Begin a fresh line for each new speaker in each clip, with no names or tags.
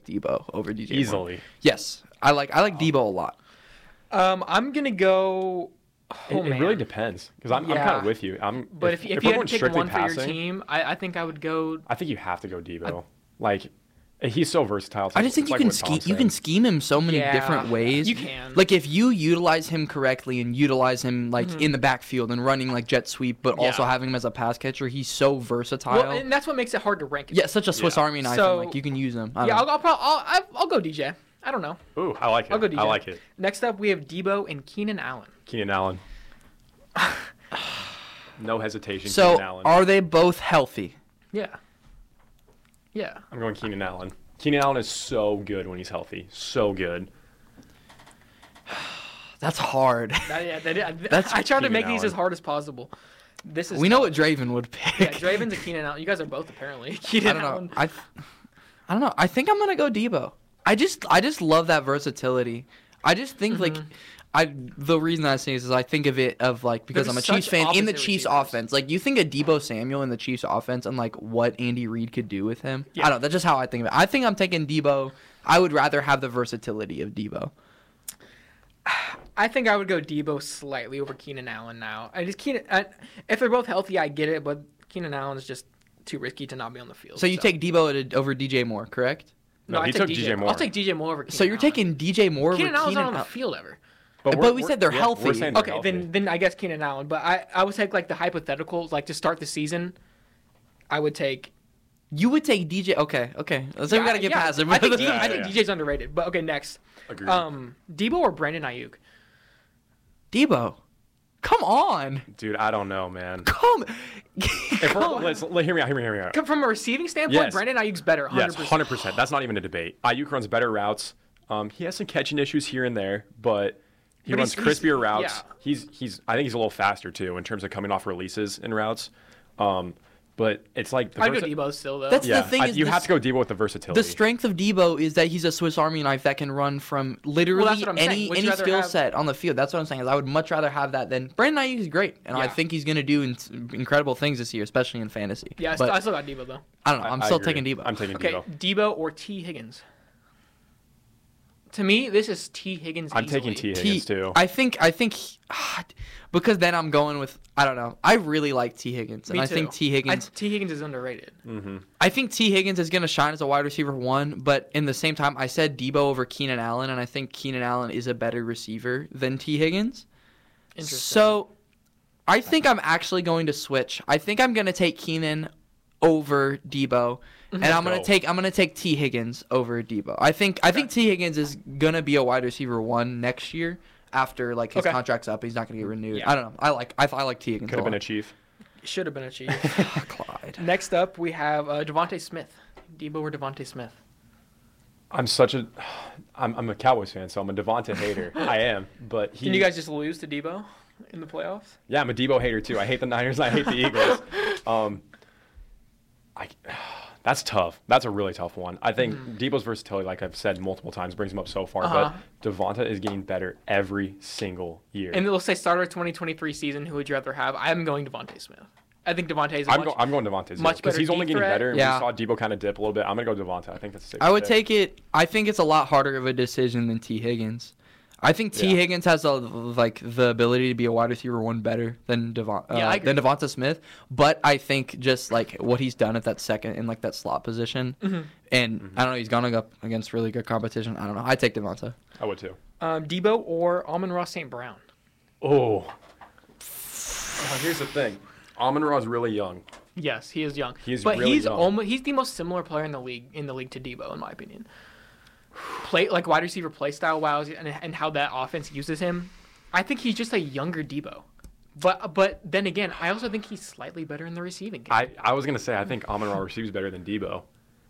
Debo over DJ. Moore.
Easily.
Yes, I like I like Debo a lot.
Um, I'm gonna go.
It,
Oh,
it
man.
really depends because I'm, I'm kind
Yeah.
of with you. I'm,
But if, if,
we're
you had
going
to pick
strictly
one for your team, I, I think I would go.
I think you have to go Debo. like he's so versatile.
I just think you
It's like
can
what Tom
scheme you
said.
can scheme him so many
Yeah,
different ways.
you can.
Like if you utilize him correctly and utilize him like in the backfield and running like jet sweep, but also
Mm-hmm. Yeah.
having him as a pass catcher, he's so versatile.
Well, and that's what makes it hard to rank. It.
yeah, such a Swiss
Yeah.
Army knife.
So-
and, like you can use him. I
yeah.
don't
I'll, I'll probably I'll, I'll, I'll go DJ. I don't know.
Ooh, I like it.
I'll go DJ.
I like it.
Next up, we have Debo and Keenan Allen.
Keenan Allen. no hesitation.
So
Keenan Allen.
are they both healthy?
Yeah. Yeah.
I'm going Keenan Allen. Keenan Allen is so good when he's healthy. So good.
That's hard.
That, yeah that, I-
That's
I tried to
Keenan
make these
Allen.
as hard as possible. This is
we know what Draven would pick.
Yeah, Draven's a Keenan Allen. You guys are both apparently Keenan
I don't
Allen.
know. I, I don't know. I think I'm gonna go Debo. I just I just love that versatility. I just think
Mm-hmm.
like I the reason I say this is I think of it of like because
They're
I'm a
just
Chiefs
such
fan in the
opposite
Chiefs
receivers.
offense. Like you think of Debo Samuel in the Chiefs offense and like what Andy Reid could do with him. I
Yeah.
don't know. That's just how I think of it. I think I'm taking Debo. I would rather have the versatility of Debo.
I think I would go Debo slightly over Keenan Allen now. I just Keenan. I, if they're both healthy, I get it, but Keenan Allen is just too risky to not be on the field.
So you take Debo at- over DJ Moore, correct?
no,
No,
I
he
take
took
DJ,
DJ Moore.
I'll take DJ Moore over. Keenan
so you're
Allen.
taking DJ Moore
Keenan
over
Allen's
Keenan
not on the
Al-
field ever.
But
we're-
we
we're-
said they're
yeah,
healthy.
We're saying they're
Okay,
healthy.
then then I guess Keenan Allen. But I I would take like the hypothetical, like to start the season, I would take.
You would take DJ. Okay, okay. So we
Yeah,
gotta get
yeah,
past him.
I think,
Yeah,
I think
yeah.
DJ's underrated. But okay, next,
Agreed.
um, Debo or Brandon Ayuk.
Debo, come on,
Dude, I don't know, man.
come.
If we're,
come.
let's let, hear me out. Hear me out. Hear me out.
Come from a receiving standpoint,
Yes.
Brandon Ayuk's better. 100%.
Yes, hundred percent. That's not even a debate. Ayuk runs better routes. Um, he has some catching issues here and there, but he
But
runs
he's- he's-
crispier routes.
yeah.
He's he's. I think he's a little faster too in terms of coming off releases and routes. Um, but it's like the
I'd go
versa-
Debo still though.
That's-
Yeah,
The thing
I-
is
you
the
have
s-
to go Debo with the versatility.
The strength of Debo is that he's a Swiss Army knife that can run from literally
that's what I'm saying.
any
Would you
any
rather
skill
have-
set on the field. That's what I'm saying. Is I would much rather have that than Brandon Ayuk is great, and I
Yeah.
think he's gonna do in- incredible things this year, especially in fantasy.
yeah, I
but
still, I still got Debo though.
I don't know.
I-
I'm
I
still
agree.
taking Debo.
I'm taking
Okay,
Debo.
Debo or T Higgins. To me, this is T Higgins.
I'm taking T
easily.
Higgins too.
I think I think because then I'm going with I don't know. I really like T Higgins, and
Me
I think
too.
T Higgins.
I- T Higgins is underrated.
Mm-hmm.
I think T. Higgins is going to shine as a wide receiver one, but in the same time, I said Debo over Keenan Allen, and I think Keenan Allen is a better receiver than T. Higgins.
Interesting.
So I think I'm actually going to switch. I think I'm going to take Keenan over Debo,
Mm-hmm.
and I'm going
Go.
to take I'm going to take T. Higgins over Debo. I think I think T. Higgins is going to be a wide receiver one next year after like his
Okay.
contract's up. He's not going to get renewed.
Yeah.
I don't know. I like I, I like T. Higgins.
Could have been a chief.
should have been a Chief.
a Clyde.
Next up, we have uh, Devonte Smith. Debo or Devonte Smith?
I'm such a. I'm, I'm a Cowboys fan, so I'm a Devonta hater. I am, but he.
Can you guys just lose to Debo in the playoffs?
Yeah, I'm a Debo hater too. I hate the Niners. and I hate the Eagles. Um, I, that's tough. That's a really tough one. I think Debo's versatility, like I've said multiple times, brings him up so far.
Mm-hmm. Uh-huh.
But Devonta is getting better every single year.
And it'll say starter of 2023 season. Who would you rather have? I'm going Devonte Smith. I think Devonte is. a
I'm,
much-
go, I'm going Devonta
much
because
better
he's only
deep
getting
threat.
better. And
Yeah.
we saw Debo kind of dip a little bit. I'm gonna go Devonta. I think that's. a safe
I would
pick.
take it. I think it's a lot harder of a decision than T. Higgins. I think T.
Yeah.
Higgins has a, like the ability to be a wide receiver one better than Devon, uh,
Yeah, I agree.
than Devonta Smith, but I think just like what he's done at that second in like that slot position,
Mm-hmm.
and I don't know he's gone up against really good competition. I don't know. I take Devonta.
I would too.
Um, Debo or Amon Ross St. Brown.
Oh. Oh, Here's the thing. Amon Ra is really young.
Yes, he is young.
He is
but
really
he's
young.
almost he's the most similar player in the league in the league to Debo in my opinion. Play like wide receiver play style wise and, and how that offense uses him. I think he's just a younger Debo. But but then again, I also think he's slightly better in the receiving game.
I, I was gonna say I think Amon Ra receives better than Debo.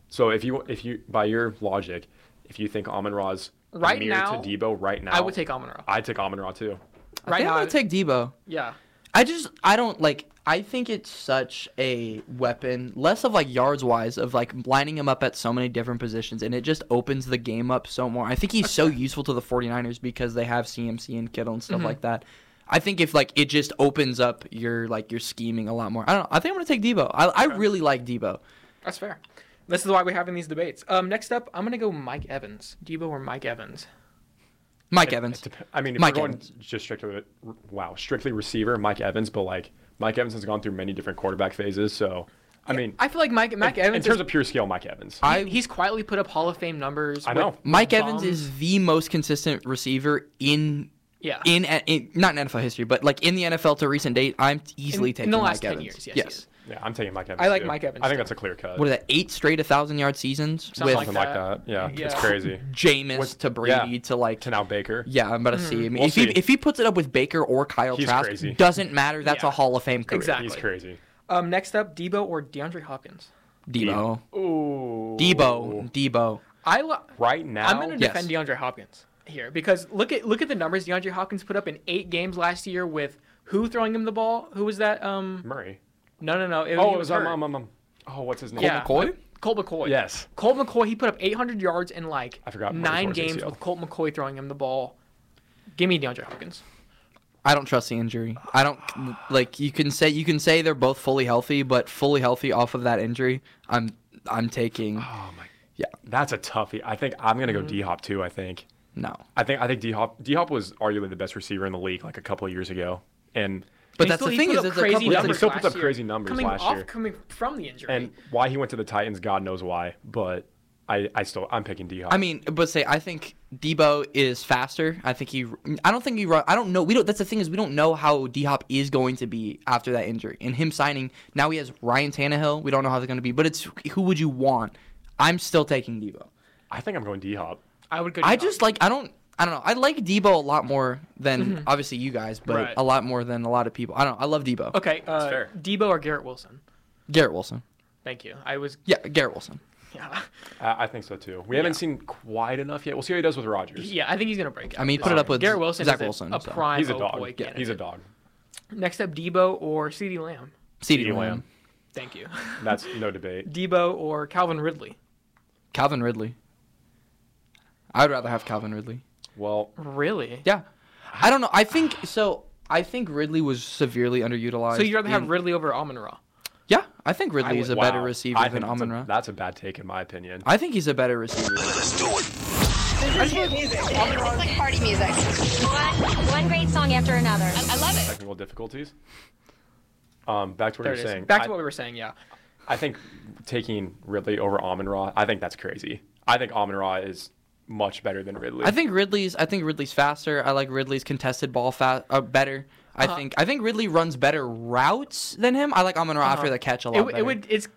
So if you if you by your logic, if you think Amon Ra's
Right
mirror
now,
to Debo right now,
I would take Amon-Ra.
I take Amon Ra too.
I
Right
think
now,
I'm gonna
I-
take Debo.
yeah.
I just I don't like I think it's such a weapon, less of like yards wise, of like lining him up at so many different positions and it just opens the game up so more. I think he's so useful to the 49ers because they have CMC and Kittle and stuff
Mm-hmm.
like that. I think if like it just opens up your like your scheming a lot more. I don't know. I think I'm gonna take Debo. I, I really like Debo.
That's fair. This is why we're having these debates. Um, next up, I'm gonna go Mike Evans, Debo or Mike Evans.
Mike Evans.
Dep- I mean, if
Mike
we're going
Evans.
just strictly, wow, strictly receiver, Mike Evans, but like Mike Evans has gone through many different quarterback phases. So, I mean,
I feel like Mike Mike
in,
Evans.
in
is-
terms of pure skill, Mike Evans.
I-
he- he's quietly put up Hall of Fame numbers.
I
with-
know.
Mike
with
Evans
bombs.
is the most consistent receiver in
yeah
in, in not in NFL history, but like in the NFL to recent date. I'm easily
in
taking
the
Mike
last 10
Evans.
years, yes, he is.
yes.
yeah, I'm taking Mike Evans.
I like
too.
Mike Evans
I think
too.
that's a clear cut.
What are that? Eight straight a thousand yard seasons
Something
with
Something like that. Yeah, it's
Yeah.
crazy.
Jameis
With-
to Brady
yeah.
to like
To now Baker.
Yeah, I'm about to see. I mean,
We'll
if
see.
he if he puts it up with Baker or Kyle
He's
Trask,
crazy.
doesn't matter. That's
Yeah.
a Hall of Fame career.
Exactly.
He's crazy.
Um, next up, Debo or DeAndre Hopkins.
Debo,
Ooh.
Debo, Debo.
I lo-
Right now,
I'm going to
Yes.
defend DeAndre Hopkins here because look at look at the numbers DeAndre Hopkins put up in eight games last year with who throwing him the ball? Who was that? Um,
Murray.
no, no, no. It,
Oh,
he
it was um,
hurt.
um, um, um, oh, what's his name?
Yeah.
McCoy?
Colt McCoy.
Yes.
Colt McCoy. He put up 800 yards in like
I forgot Murray
nine
tore his
games
ACL.
with Colt McCoy throwing him the ball. Give me DeAndre Hopkins.
I don't trust the injury. I don't like you can say you can say they're both fully healthy, but fully healthy off of that injury, I'm I'm taking
Oh my.
Yeah.
That's a toughie. I think I'm
Mm-hmm.
gonna go D Hop too. I think.
no.
I think I think D Hop D Hop was arguably the best receiver in the league like a couple of years ago, and
But
He
that's
still-
the
he
thing
put
is,
up
it's a
crazy
couple. it's a-
He
numbers
still puts
last
up crazy
year.
numbers
coming
last
off,
year.
coming from the injury.
and why he went to the Titans, God knows why. But I I still I'm picking D Hop.
I mean, but say I think Debo is faster. I think he. I don't think he. ru- I don't know. We don't. That's the thing is we don't know how D Hop is going to be after that injury and him signing. Now he has Ryan Tannehill. We don't know how they're going to be, but it's who would you want? I'm still taking Debo.
I think I'm going D Hop.
I would go.
I
DeAndre.
just like I don't. I don't know. I like Debo a lot more than obviously you guys, but
Mm-hmm. Right.
a lot more than a lot of people. I don't. know. I love Debo.
okay. Uh,
fair.
Debo or Garrett Wilson.
Garrett Wilson.
Thank you. I was.
Yeah, Garrett Wilson.
Yeah.
I, I think so too. We haven't seen quite enough yet. We'll see how he does with Rodgers.
Yeah, I think he's gonna break.
I mean,
out.
put it up with
Garrett Wilson.
Zach
is a-
Wilson,
a
so.
prime
He's a
oh
dog.
boy
Yeah, he's a
candidate.
dog.
Next up, Debo or Ceedee Lamb.
CeeDee
CeeDee
Lamb.
Lamb.
Thank you.
That's no debate.
Debo or Calvin Ridley.
Calvin Ridley. I would rather have Calvin Ridley.
Well,
Really?
Yeah. I don't know. I think so. I think Ridley was severely underutilized.
So you'd rather have
in-
Ridley over Amon Ra?
Yeah, I think Ridley
I
is a
would-
better
wow.
receiver
I
than
think that's
Amon
a-
Ra.
That's a bad take in my opinion.
I think he's a better receiver.
This is hit music. It's like party music.
One, one great song after another.
I love it.
Technical difficulties. Um, back to what
There
you're
it is.
saying.
Back
I-
to what we were saying. Yeah.
I think taking Ridley over Amon Ra, I think that's crazy. I think Amon Ra is much better than Ridley.
I think Ridley's. I think Ridley's faster. I like Ridley's contested ball fa- uh, better. I
Uh-huh.
think. I think Ridley runs better routes than him. I like Amon Ra after the catch a lot.
Uh-huh. It, w-
better.
it would. It's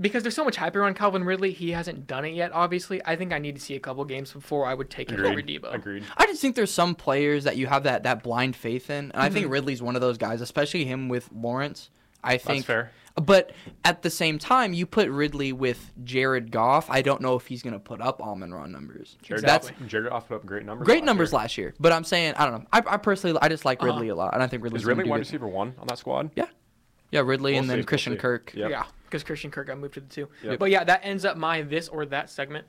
because there's so much hype around Calvin Ridley. He hasn't done it yet. Obviously, I think I need to see a couple games before I would take him over
agreed.
Debo.
Agreed.
I just think there's some players that you have that that blind faith in, and I
Mm-hmm.
think Ridley's one of those guys, especially him with Lawrence. I think
fair.
But at the same time, you put Ridley with Jared Goff. I don't know if he's going to put up almond run numbers.
Jared
That's
Goff, Jared Goff put up great numbers.
great
last
numbers
year. Uh-huh.
last year, but I'm saying I don't know. I, I personally I just like Ridley a lot, and I think Ridley's
Is
gonna
Ridley
do
wide
good.
receiver one on that squad?
Yeah, yeah, Ridley,
We'll
and then
see, we'll
Christian
see.
Kirk.
Yep.
Yeah, because Christian Kirk got moved to the two.
Yep.
But yeah, that ends up my this or that segment.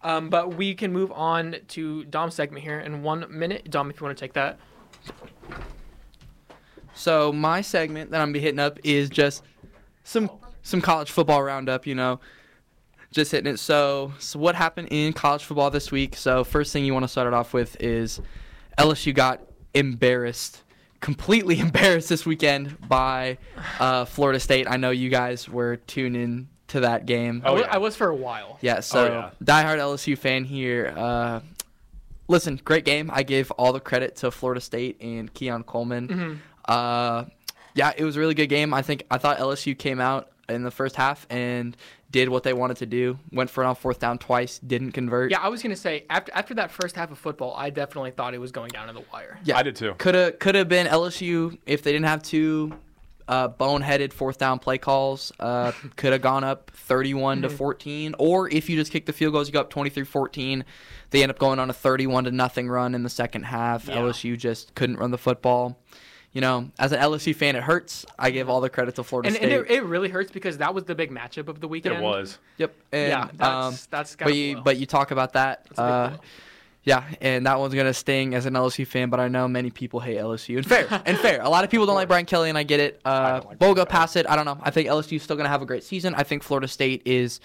Um, but we can move on to Dom's segment here in one minute. Dom, if you want to take that.
So my segment that I'm gonna be hitting up is just some some college football roundup, you know. Just hitting it. So, so what happened in college football this week? So first thing you want to start it off with is LSU got embarrassed, completely embarrassed this weekend by uh, Florida State. I know you guys were tuned in to that game.
I
Oh,
wa-
yeah.
I was for a while.
Yeah, so
yeah.
diehard LSU fan here. Uh, listen, great game. I give all the credit to Florida State and Keon Coleman. Uh, yeah, it was a really good game. I think I thought LSU came out in the first half and did what they wanted to do. Went for it on fourth down twice, didn't convert.
Yeah, I was gonna say after after that first half of football, I definitely thought it was going down to the wire.
Yeah.
I did too.
Could have could have been LSU if they didn't have two uh, boneheaded fourth down play calls. Uh, could have gone up 31 to
Hmm.
14, or if you just kick the field goals, you go up 23-14. They end up going on a 31 to nothing run in the second half.
Yeah.
LSU just couldn't run the football. You know, as an LSU fan, it hurts. I give all the credit to Florida
And, and
State.
it, it really hurts because that was the big matchup of the weekend.
It was.
yep. And,
Yeah, that's
um,
that's got
but you but you talk about that.
a big
Uh,
blow.
yeah, and that one's gonna sting as an LSU fan, but I know many people hate LSU. And fair, and fair. A lot of people don't like Brian Kelly, and I get it. Uh,
don't like Brian
Boga
Kelly.
pass it. I don't know. I think LSU's still gonna have a great season. I think Florida State is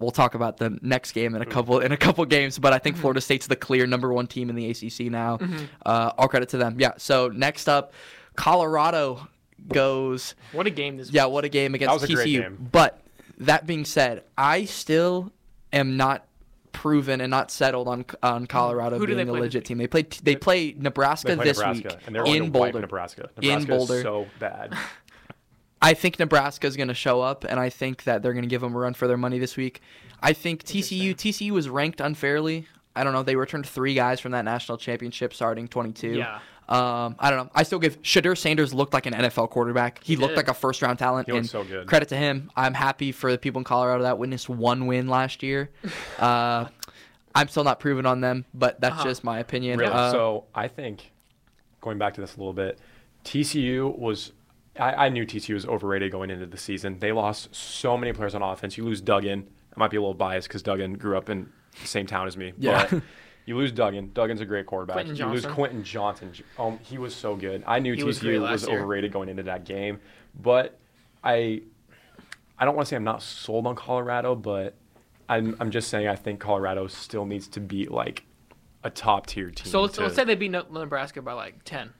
we'll talk about the next game in a couple in a couple games, but I think Florida State's the clear number one team in the ACC now. Uh, all credit to them. Yeah. So next up, Colorado goes.
What a game this
Yeah, what a game against
was a great
TCU.
game.
But that being said, I still am not proven and not settled on on Colorado
Who do
being
they
a
play this
legit team. They play they play Nebraska
They play
this
Nebraska,
week
and they're going
in
to wipe
Boulder.
Nebraska.
In
Nebraska
Boulder.
is so bad.
I think Nebraska is going to show up, and I think that they're going to give them a run for their money this week. I think TCU TCU was ranked unfairly. I don't know. They returned three guys from that national championship, starting 22.
Yeah.
Um, I don't know. I still give Shadur Sanders looked like an NFL quarterback. He, looked
did.
like a first round talent.
He looked
and
so good.
Credit to him. I'm happy for the people in Colorado that witnessed one win last year. uh, I'm still not proven on them, but that's just my opinion.
Uh-huh. Really?
Uh,
so I think going back to this a little bit, TCU was. I, I knew TCU was overrated going into the season. They lost so many players on offense. You lose Duggan. I might be a little biased because Duggan grew up in the same town as me.
Yeah.
But you lose Duggan. Duggan's a great quarterback.
Quentin
you lose
Johnson.
Quentin Johnson. Um, he was so good. I knew
He
TCU
was
was,
great last year.
overrated going into that game, but I I don't want to say I'm not sold on Colorado, but I'm I'm just saying I think Colorado still needs to be like a top tier team.
So let's,
to-
let's say they beat Ne- Nebraska by like ten.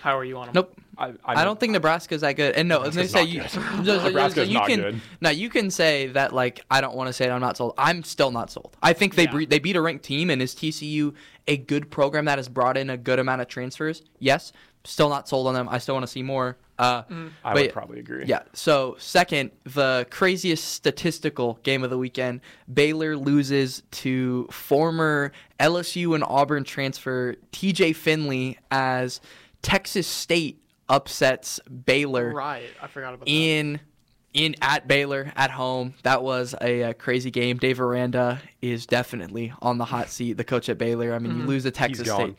How are you on them?
nope.
I,
I, don't think Nebraska's that good. And no, and they
Nebraska's
say
not
you,
good.
so- so- so
Nebraska's
you
not
can
good.
now you can say that like I don't want to say it, I'm not sold. I'm still not sold. I think they
Yeah.
bre- they beat a ranked team and is TCU a good program that has brought in a good amount of transfers? Yes. Still not sold on them. I still want to see more. Uh,
I
but-
would probably agree.
Yeah. So second, the craziest statistical game of the weekend: Baylor loses to former LSU and Auburn transfer T.J. Finley as Texas State upsets Baylor
Right, I forgot about that.
in in at Baylor at home. That was a, uh crazy game. Dave Aranda is definitely on the hot seat. The coach at Baylor. I mean, you lose to Texas
Mm-hmm. gone.
State.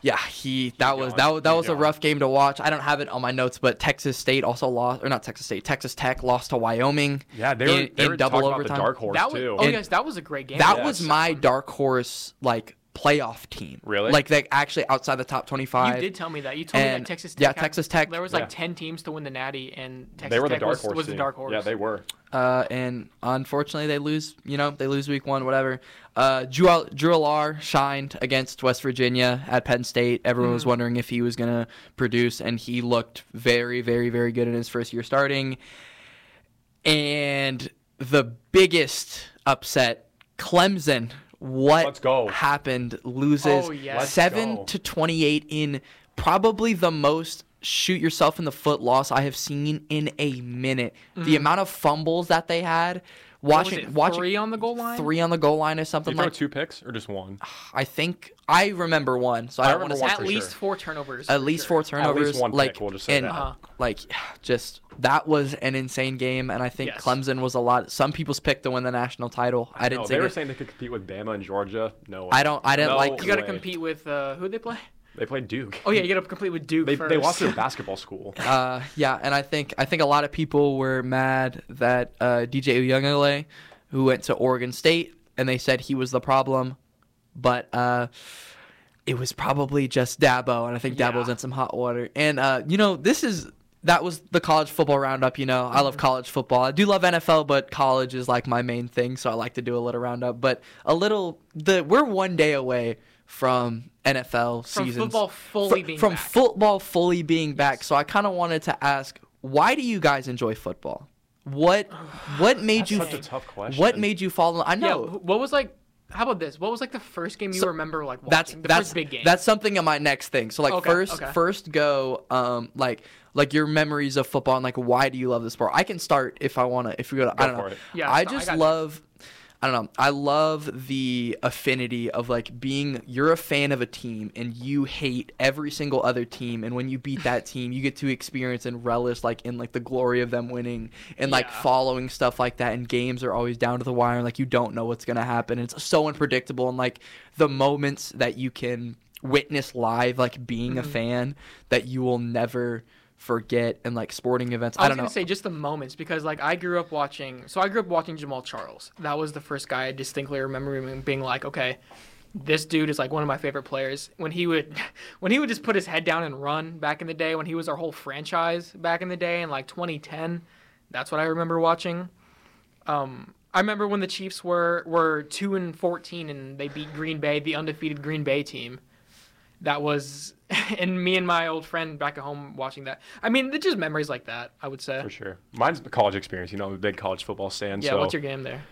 Yeah, he that was
gone.
that was, that
He's
was a
gone.
rough game to watch. I don't have it on my notes, but Texas State also lost, or not Texas State, Texas Tech lost to Wyoming.
Yeah, they were,
in,
they
in
were
double
talking
overtime.
about the dark horse
that was,
too.
oh
And-
yes, that was a great game.
That
Yes.
was my dark horse like playoff team.
Really?
Like they actually outside the top twenty five.
You did tell me that. You told me
and-
that Texas Tech.
yeah,
had-
Texas Tech-
There was like
Yeah.
ten teams to win the Natty, and Texas
they were the
Tech
dark
was,
horse.
was the
team.
dark horse.
Yeah, they were.
uh, and unfortunately they lose. You know, they lose week one, whatever. Uh, Drew, Drew Alar shined against West Virginia at Penn State. Everyone was wondering if he was gonna produce, and he looked very, very, very good in his first year starting. And the biggest upset, Clemson. What
Let's go.
happened? Loses
Oh, yes. Let's
seven
go.
to twenty-eight in probably the most shoot yourself in the foot loss I have seen in a minute. The amount of fumbles that they had,
Mm. What was
watching,
it,
watching
three on the goal line.
three on the goal line or
Did
something
you throw
like.
two picks or just one?
I think I remember one, so I,
I
don't want to
remember
say
one
At
for
least
sure.
four turnovers.
at
for
least
sure.
four turnovers.
one pick,
like,
we'll just say
and,
that. Uh-huh.
Like, just that was an insane game, and I think
Yes.
Clemson was a lot. Some people's pick to win the national title. I didn't think
No, they were
it-
saying they could compete with Bama and Georgia. No, way.
I don't- I didn't
No
like-
You got to
way.
compete with uh, who they play.
They played Duke.
Oh yeah, you got to compete with Duke.
they
first.
they lost to the basketball school.
Uh, yeah, and I think I think a lot of people were mad that uh, DJ Uyunglele, who went to Oregon State, and they said he was the problem, but uh, it was probably just Dabo, and I think Dabo's
Yeah.
in some hot water. And uh, you know, this is that was the college football roundup. You know, I
Mm-hmm.
love college football. I do love NFL, but college is like my main thing, so I like to do a little roundup. But a little the we're one day away from NFL
From
seasons
football fully
fr-
being
from
back.
football fully being back. So I kind of wanted to ask, why do you guys enjoy football? What what made you
such a tough question.
What made you fall in? I
Yeah.
know
wh- What was like? How about this? What was like the first game you remember? Like watching?
that's
the
that's
first big game.
that's something in my next thing. So like
Okay,
first
okay.
first go um like like your memories of football and like why do you love the sport? I can start if I want to if we go to I
Go
don't
for
know.
it.
I
Yeah, no, I
just
got you.
love I don't know. I love the affinity of like being you're a fan of a team and you hate every single other team and when you beat that team you get to experience and relish like in like the glory of them winning and like
Yeah.
following stuff like that and games are always down to the wire and like you don't know what's going to happen. It's so unpredictable and like the moments that you can witness live like being
Mm-hmm.
a fan that you will never forget and like sporting events. I,
I was
don't
gonna
know.
say just the moments because like I grew up watching. So I grew up watching Jamal Charles. That was the first guy I distinctly remember him being like, okay, this dude is like one of my favorite players. When he would, when he would just put his head down and run back in the day. When he was our whole franchise back in the day in like 2010, that's what I remember watching. Um, I remember when the Chiefs were were two and fourteen and they beat Green Bay, the undefeated Green Bay team. That was, and me and my old friend back at home watching that. I mean, it's just memories like that. I would say.
for sure. Mine's the college experience. You know, I'm a big college football stand.
Yeah.
so
What's your game there?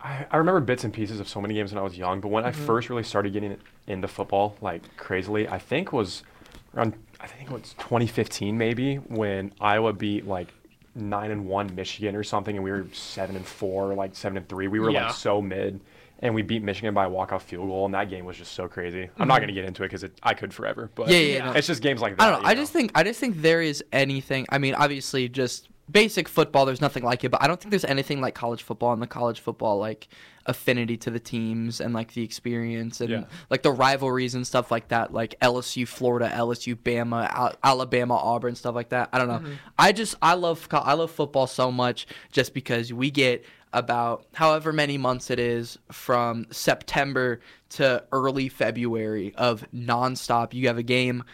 I, I remember bits and pieces of so many games when I was young, but when
Mm-hmm.
I first really started getting into football like crazily, I think was around I think it was 2015 maybe when Iowa beat like nine and one Michigan or something, and we were seven and four, like seven and three. We were
Yeah.
like so mid, and we beat Michigan by a walkoff field goal, and that game was just so crazy. I'm not gonna get into it because I could forever, but
Mm-hmm. Yeah, yeah, yeah.
it's just games like that.
I don't know.
you
I just think I just think there is anything. I mean, obviously, just basic football. There's nothing like it, but I don't think there's anything like college football and the college football like affinity to the teams and like the experience and
Yeah.
like the rivalries and stuff like that. Like LSU, Florida, LSU, Bama, Al- Alabama, Auburn, stuff like that. I don't know.
Mm-hmm.
I just I love co- I love football so much just because we get about however many months it is from September to early February of nonstop. You have a game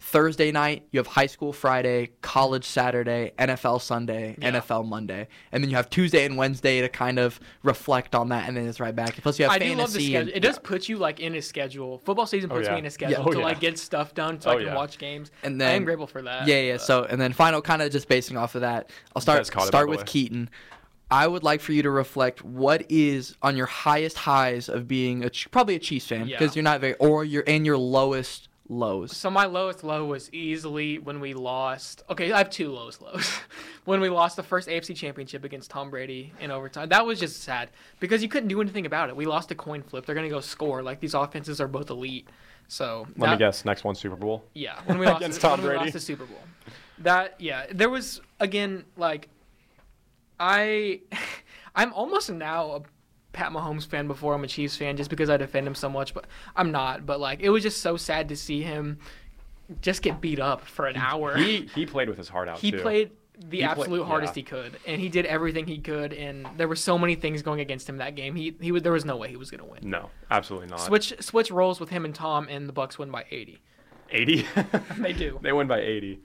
Thursday night, you have high school Friday, college Saturday, NFL Sunday, NFL Monday. And then you have Tuesday and Wednesday to kind of reflect on that and then it's right back. Plus you have
I
fantasy.
do love the
and-
schedule. It does put you like in a schedule. Football season puts
yeah.
me in a schedule
Oh,
to
yeah.
like get stuff done, so I
Oh,
can
yeah.
watch games.
And
I
then-
am grateful for that.
Yeah, yeah. So and then final kind of just basing off of that, I'll start
That's caught it, by
start
the
with
way.
Keaton. I would like for you to reflect what is on your highest highs of being a Ch- probably a Chiefs fan
Yeah.
because you're not very or your and your lowest lows.
So my lowest low was easily when we lost. Okay, I have two lowest lows. when we lost the first AFC Championship against Tom Brady in overtime, that was just sad because you couldn't do anything about it. We lost a coin flip. They're gonna go score. Like these offenses are both elite. So
Let me
that-
guess. Next one, Super Bowl.
Yeah, when we lost
Against
the,
Tom
when we
Brady.
lost the Super Bowl. That yeah, there was again like I I'm almost now a Pat Mahomes fan before I'm a Chiefs fan just because I defend him so much, but I'm not. But like it was just so sad to see him just get beat up for an hour.
He he played with his heart out.
He
too.
played the
He play-
absolute hardest
yeah.
he could, and he did everything he could. And there were so many things going against him that game. He he was, there was no way he was gonna win.
No, absolutely not.
Switch switch roles with him and Tom, and the Bucks win by 80.
80.
They do.
They win by 80.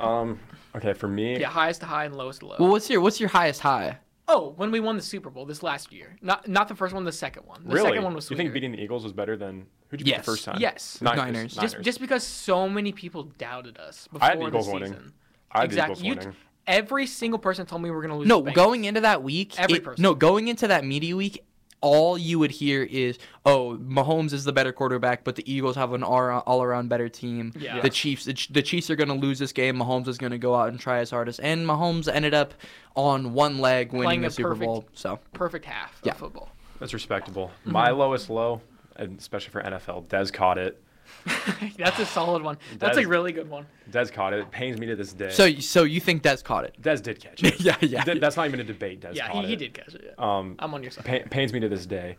Um. Okay, for me,
Yeah, highest to high and lowest to low.
Well, what's your what's your highest high?
Oh, when we won the Super Bowl this last year. Not not the first one, the second one. The
really,
second one was
you
sweeter.
think beating the Eagles was better than who'd you beat
Yes.
the first time?
Yes.
Niners.
just just because so many people doubted us before
I had the Eagles
season.
winning. I had the
exactly.
Eagles
You-
winning.
every single person told me we were going to lose.
No,
to the Bengals.
going into that week,
Every
it-
person.
no, going into that media week, all you would hear is, "Oh, Mahomes is the better quarterback, but the Eagles have an all- all-around better team.
Yeah.
The Chiefs, the, Ch- the Chiefs are going to lose this game. Mahomes is going to go out and try his hardest." And Mahomes ended up on one leg winning
Playing
the
a
Super
perfect-
Bowl. So
perfect half
Yeah.
of football.
That's respectable.
Mm-hmm.
My lowest low, and especially for NFL, Des caught it.
That's a solid one. That's
That
a
is-
really good one.
Des caught it. It pains me to this day.
so so you think Des caught it?
Des did catch it.
Yeah, yeah.
Th- that's not even a debate. Des
yeah,
caught
he, he
it.
did catch it. yeah.
Um,
I'm on your side.
pa- pains me to this day.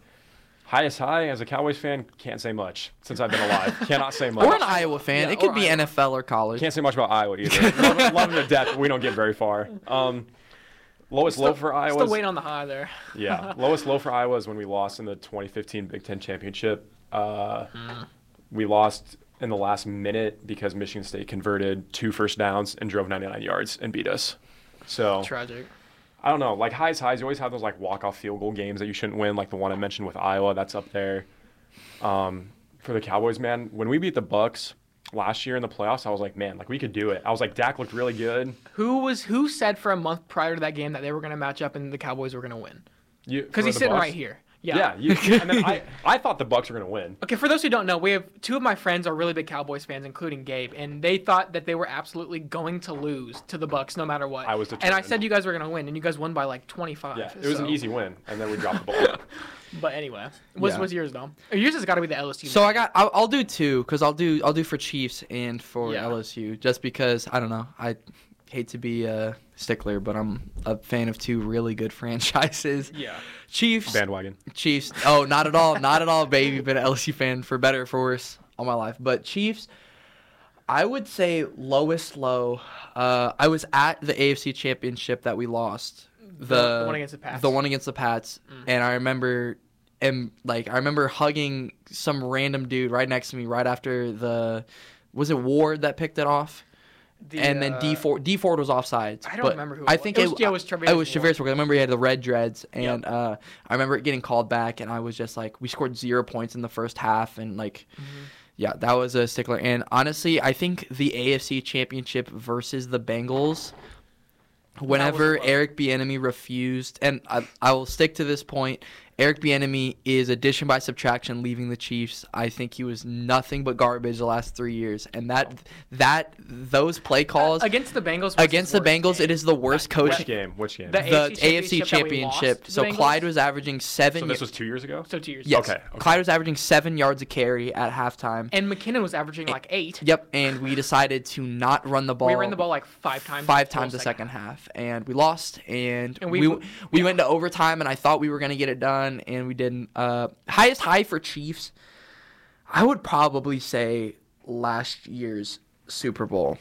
Highest high as a Cowboys fan, can't say much since I've been alive. Cannot say much.
Or an Iowa fan?
Yeah,
it could
or
be
Iowa.
NFL or college.
Can't say much about Iowa either. love, love them to death, but we don't get very far. Um, lowest low for Iowa.
Still waiting on the high there.
yeah, lowest low for Iowa is when we lost in the 2015 Big Ten championship. Uh,
Hmm.
We lost in the last minute because Michigan State converted two first downs and drove 99 yards and beat us. So
Tragic.
I don't know. Like highs, highs. You always have those like walk-off field goal games that you shouldn't win, like the one I mentioned with Iowa. That's up there. Um, for the Cowboys, man, when we beat the Bucks last year in the playoffs, I was like, man, like we could do it. I was like, Dak looked really good.
Who was who said for a month prior to that game that they were going to match up and the Cowboys were going to win? Because he's sitting right here.
Yeah. you, and then I, I thought the Bucks were gonna win.
Okay, for those who don't know, we have two of my friends are really big Cowboys fans, including Gabe, and they thought that they were absolutely going to lose to the Bucks no matter what.
I was
And I
determined.
said you guys were going to win, and you guys won by like 25.
Yeah, it was an
so-
easy win, and then we dropped the ball.
But anyway, what's,
Yeah.
what's yours, Dom? Oh, Yours has got to be the LSU.
So
one.
I got. I'll, I'll do two because I'll do. I'll do for Chiefs and for
Yeah.
LSU, just because I don't know. I hate to be a stickler, but I'm a fan of two really good franchises.
Yeah.
Chiefs.
Bandwagon.
Chiefs. Oh, not at all. not at all, baby. Been an LSU fan for better or for worse all my life. But Chiefs, I would say lowest low. Uh, I was at the AFC Championship that we lost. The,
the one against the Pats. Mm.
The one against the Pats, and I remember, and like I remember hugging some random dude right next to me right after the, was it Ward that picked it off?
the,
and then
uh,
D Ford. D Ford was offsides.
I don't
but
remember who it
I
was.
think
It was- yeah, it was Treveris
It was
who won.
Travis because I remember he had the red dreads, and uh, I remember it getting called back, and I was just like, we scored zero points in the first half, and like,
Mm-hmm.
yeah, that was a stickler. And honestly, I think the AFC Championship versus the Bengals. Whenever
low.
Eric Bieniemy refused, and I, I will stick to this point, Eric Bieniemy is addition by subtraction leaving the Chiefs. I think he was nothing but garbage the last three years, and that that those play calls
Uh, against the Bengals. was
against
his
the
worst
Bengals,
game.
it is the worst
Which
coaching.
game? Which game?
The
The
AFC
AFC,
championship that we lost
championship.
to
So
the Bengals?
Clyde was averaging seven.
so
y-
this was two years ago.
so two years.
yes.
okay, okay.
Clyde was averaging seven yards a carry at halftime.
And McKinnon was averaging like eight.
yep, and we decided to not run the ball.
We ran the ball like five times.
Five
the whole
times the second half, and we lost. And,
And
we
we-
we, went to overtime, and I thought we were gonna get it done, and we didn't. Uh, highest high for Chiefs, I would probably say last year's Super Bowl.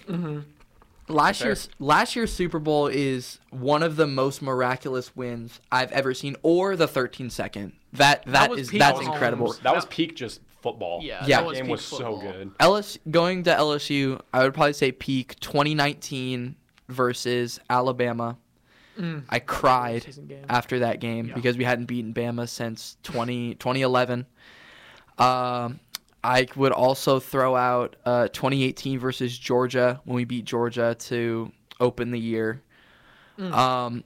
Last year's last year's Super Bowl is one of the most miraculous wins I've ever seen, or the 13 second. That that
was
is
peak
that's
Mahomes.
incredible.
That was peak just football.
Yeah,
Yeah.
that,
that was
game
peak
was
football.
so good.
LS going to LSU, I would probably say peak 2019 versus Alabama. I cried
Season game.
after that game because we hadn't beaten Bama since 20, 2011. Um, I would also throw out uh, 2018 versus Georgia when we beat Georgia to open the year. Um,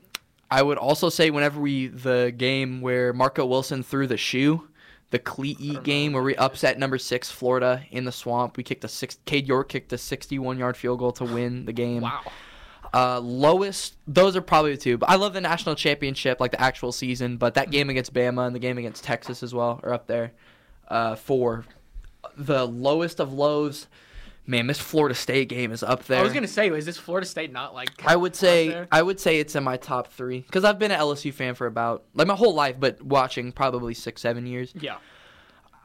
I would also say whenever we the game where Marco Wilson threw the shoe, the cleat eat game where we upset number six Florida in the swamp. We kicked a six. Cade York kicked a 61 yard field goal to win the game.
Wow.
Uh, lowest. Those are probably the two. But I love the national championship, like the actual season. But that game against Bama and the game against Texas as well are up there. Uh, for the lowest of lows, man, this Florida State game is up there.
I was gonna say, is this Florida State not like?
I would say
there?
I would say it's in my top three because I've been an LSU fan for about like my whole life, but watching probably six seven years.
Yeah.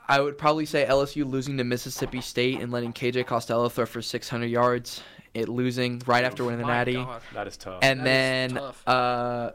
I would probably say LSU losing to Mississippi State and letting KJ Costello throw for 600 yards, it losing right after winning the
Oh My
Natty,
God.
That is tough.
and
That is
then
tough.
uh,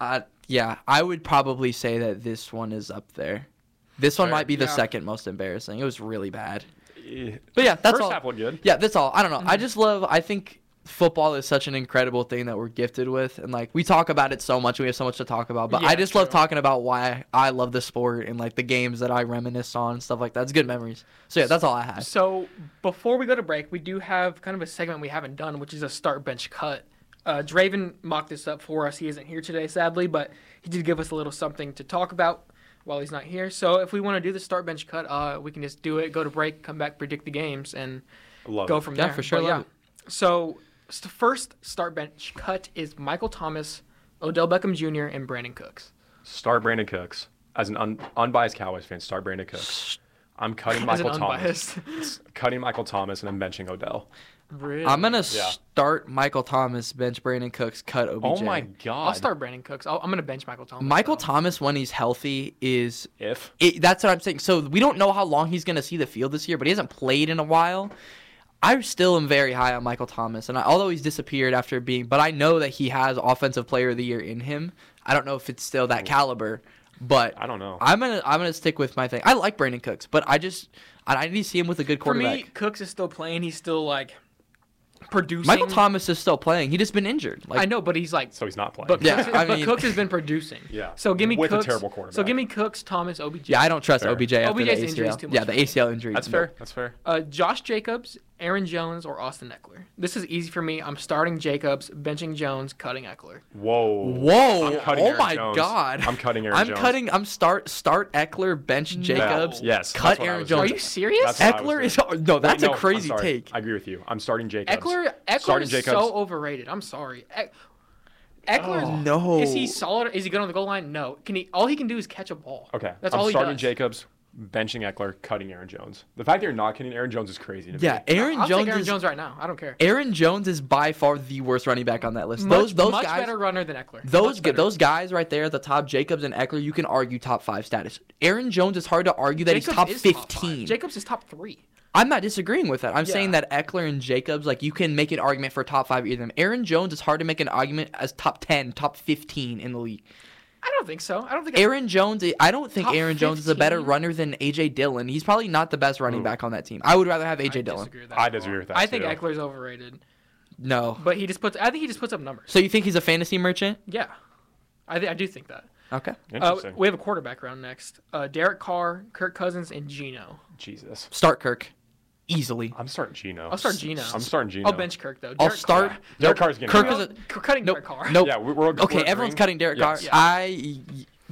I, yeah, I would probably say that this one is up there. This one
Fair.
might be the
Yeah.
second most embarrassing. It was really bad.
Eh,
But yeah, that's
first
all.
half looked good.
Yeah, that's all. I don't know.
Mm-hmm.
I just love. I think football is such an incredible thing that we're gifted with, and like we talk about it so much. We have so much to talk about, but I
Yeah,
just love
true.
talking about why I love the sport and like the games that I reminisce on and stuff like that. It's good memories. So yeah, that's all I had.
So before we go to break, we do have kind of a segment we haven't done, which is a start bench cut. Uh, Draven mocked this up for us. He isn't here today, sadly, but he did give us a little something to talk about while he's not here. So if we want to do the start bench cut, uh, we can just do it, go to break, come back, predict the games, and
Love
go
it.
from
Yeah,
there.
for sure,
But
love
So s- the first start bench cut is Michael Thomas, Odell Beckham Jr., and Brandon Cooks.
Star Brandon Cooks as an un- unbiased Cowboys fan. Star Brandon Cooks. I'm cutting
As an
Michael Thomas.
unbiased.
Cutting Michael Thomas and I'm benching Odell.
Really?
I'm gonna
Yeah.
start Michael Thomas, bench Brandon Cooks, cut OBJ.
Oh my God.
I'll start Brandon Cooks. I'll, I'm gonna bench Michael Thomas.
Michael
though.
Thomas when he's healthy is
If
it, that's what I'm saying. So we don't know how long he's going to see the field this year, but he hasn't played in a while. I still am very high on Michael Thomas, and I, although he's disappeared after being, but I know that he has Offensive Player of the Year in him. I don't know if it's still that caliber, but
I don't know.
I'm gonna I'm gonna stick with my thing. I like Brandon Cooks, but I just I, I need to see him with a good
For
quarterback.
me, Cooks is still playing. He's still like producing.
Michael Thomas is still playing. He just been injured. Like
I know, but he's like.
so he's not playing.
But,
Yeah,
Cooks,
I
but
mean-
Cooks has been producing.
Yeah,
So give me
with a
Cooks.
terrible quarterback.
So give me Cooks, Thomas, OBJ.
yeah, I don't trust
Fair.
OBJ after
OBJ's
the
injury is
ACL.
too much
yeah, the
for me.
ACL injury.
that's
no.
fair. That's fair.
Uh, Josh Jacobs, Aaron Jones, or Austin Eckler. This is easy for me. I'm starting Jacobs, benching Jones, cutting Eckler.
Whoa.
Whoa!
I'm cutting
Oh
Aaron
my
Jones.
God!
I'm cutting Aaron
I'm
Jones.
cutting. I'm start start Eckler, bench Jacobs.
Yes, that's
cut
what I
Aaron
was doing.
Jones.
Are you serious?
That's what I was
Eckler is
doing.
no. That's a
Wait, no, I'm
crazy
sorry.
take.
I agree with you. I'm starting Jacobs.
Eckler, Eckler
Starting
is
Jacobs.
so overrated. I'm sorry. Eck- Eckler is-
Oh, no.
Is he solid? Is he good on the goal line? No. Can he? All he can do is catch a ball.
Okay.
That's
I'm
all he
starting
does.
Jacobs, benching Eckler, cutting Aaron Jones. The fact that you're not cutting Aaron Jones is crazy to
Yeah,
me.
Aaron
I'll
Jones.
take Aaron
is,
Jones right now. I don't care.
Aaron Jones is by far the worst running back on that list.
Much-
those those
much
guys.
better runner than Eckler.
Those
Much
gu-
better.
those guys right there at the top, Jacobs and Eckler, you can argue top five status. Aaron Jones is hard to argue that he's
Jacobs
top
is five.
fifteen.
Jacobs is top three.
I'm not disagreeing with that. I'm
Yeah.
saying that Eckler and Jacobs, like you can make an argument for top five either of them. Aaron Jones is hard to make an argument as top ten, top fifteen in the league.
I don't think so. I don't think
Aaron Jones, i- I don't think
Top
Aaron Jones is a better
15?
runner than AJ Dillon. He's probably not the best running back on that team. I would rather have
I
AJ
disagree
Dillon.
with
I
that. as well.
disagree with that,
I think
too.
Eckler's overrated.
No.
but he just puts. I think he just puts up numbers.
So you think he's a fantasy merchant?
Yeah, I th- I do think that.
Okay.
Uh,
Interesting.
we have a quarterback round next. Uh, Derek Carr, Kirk Cousins, and Gino.
Jesus.
Start Kirk, easily.
I'm starting Gino.
I'll start Gino.
I'm starting Gino.
I'll bench Kirk though.
I'll
Derek
start.
Carr.
Uh, Derek Carr's getting
Kirk
rid
is
of.
a
cutting
nope.
Derek Carr.
Nope.
Yeah, we- we're all-
okay.
we're
everyone's
agreeing.
cutting Derek
Yes.
Carr. I,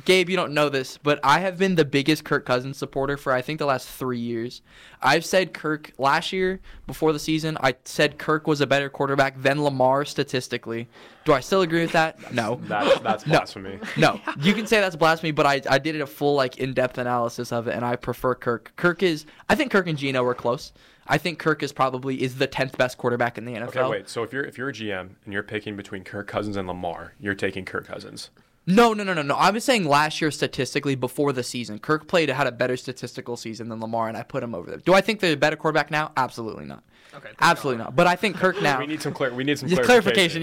Gabe, you don't know this, but I have been the biggest Kirk Cousins supporter for I think the last three years. I've said Kirk last year before the season. I said Kirk was a better quarterback than Lamar statistically. Do I still agree with that? No.
That's that's blasphemy.
No, you can say that's blasphemy, but I, I did a full like in depth analysis of it, and I prefer Kirk. Kirk is I think Kirk and Gino were close. I think Kirk is probably is the tenth best quarterback in the NFL.
Okay, wait. So if you're if you're a GM and you're picking between Kirk Cousins and Lamar, you're taking Kirk Cousins.
No, no, no, no, no. I was saying last year statistically before the season, Kirk played had a better statistical season than Lamar, and I put him over there. Do I think they're a better quarterback now? Absolutely not.
Okay, thank
Absolutely not. But I think Kirk now.
We need some clear. We need some
Yeah,
clarification.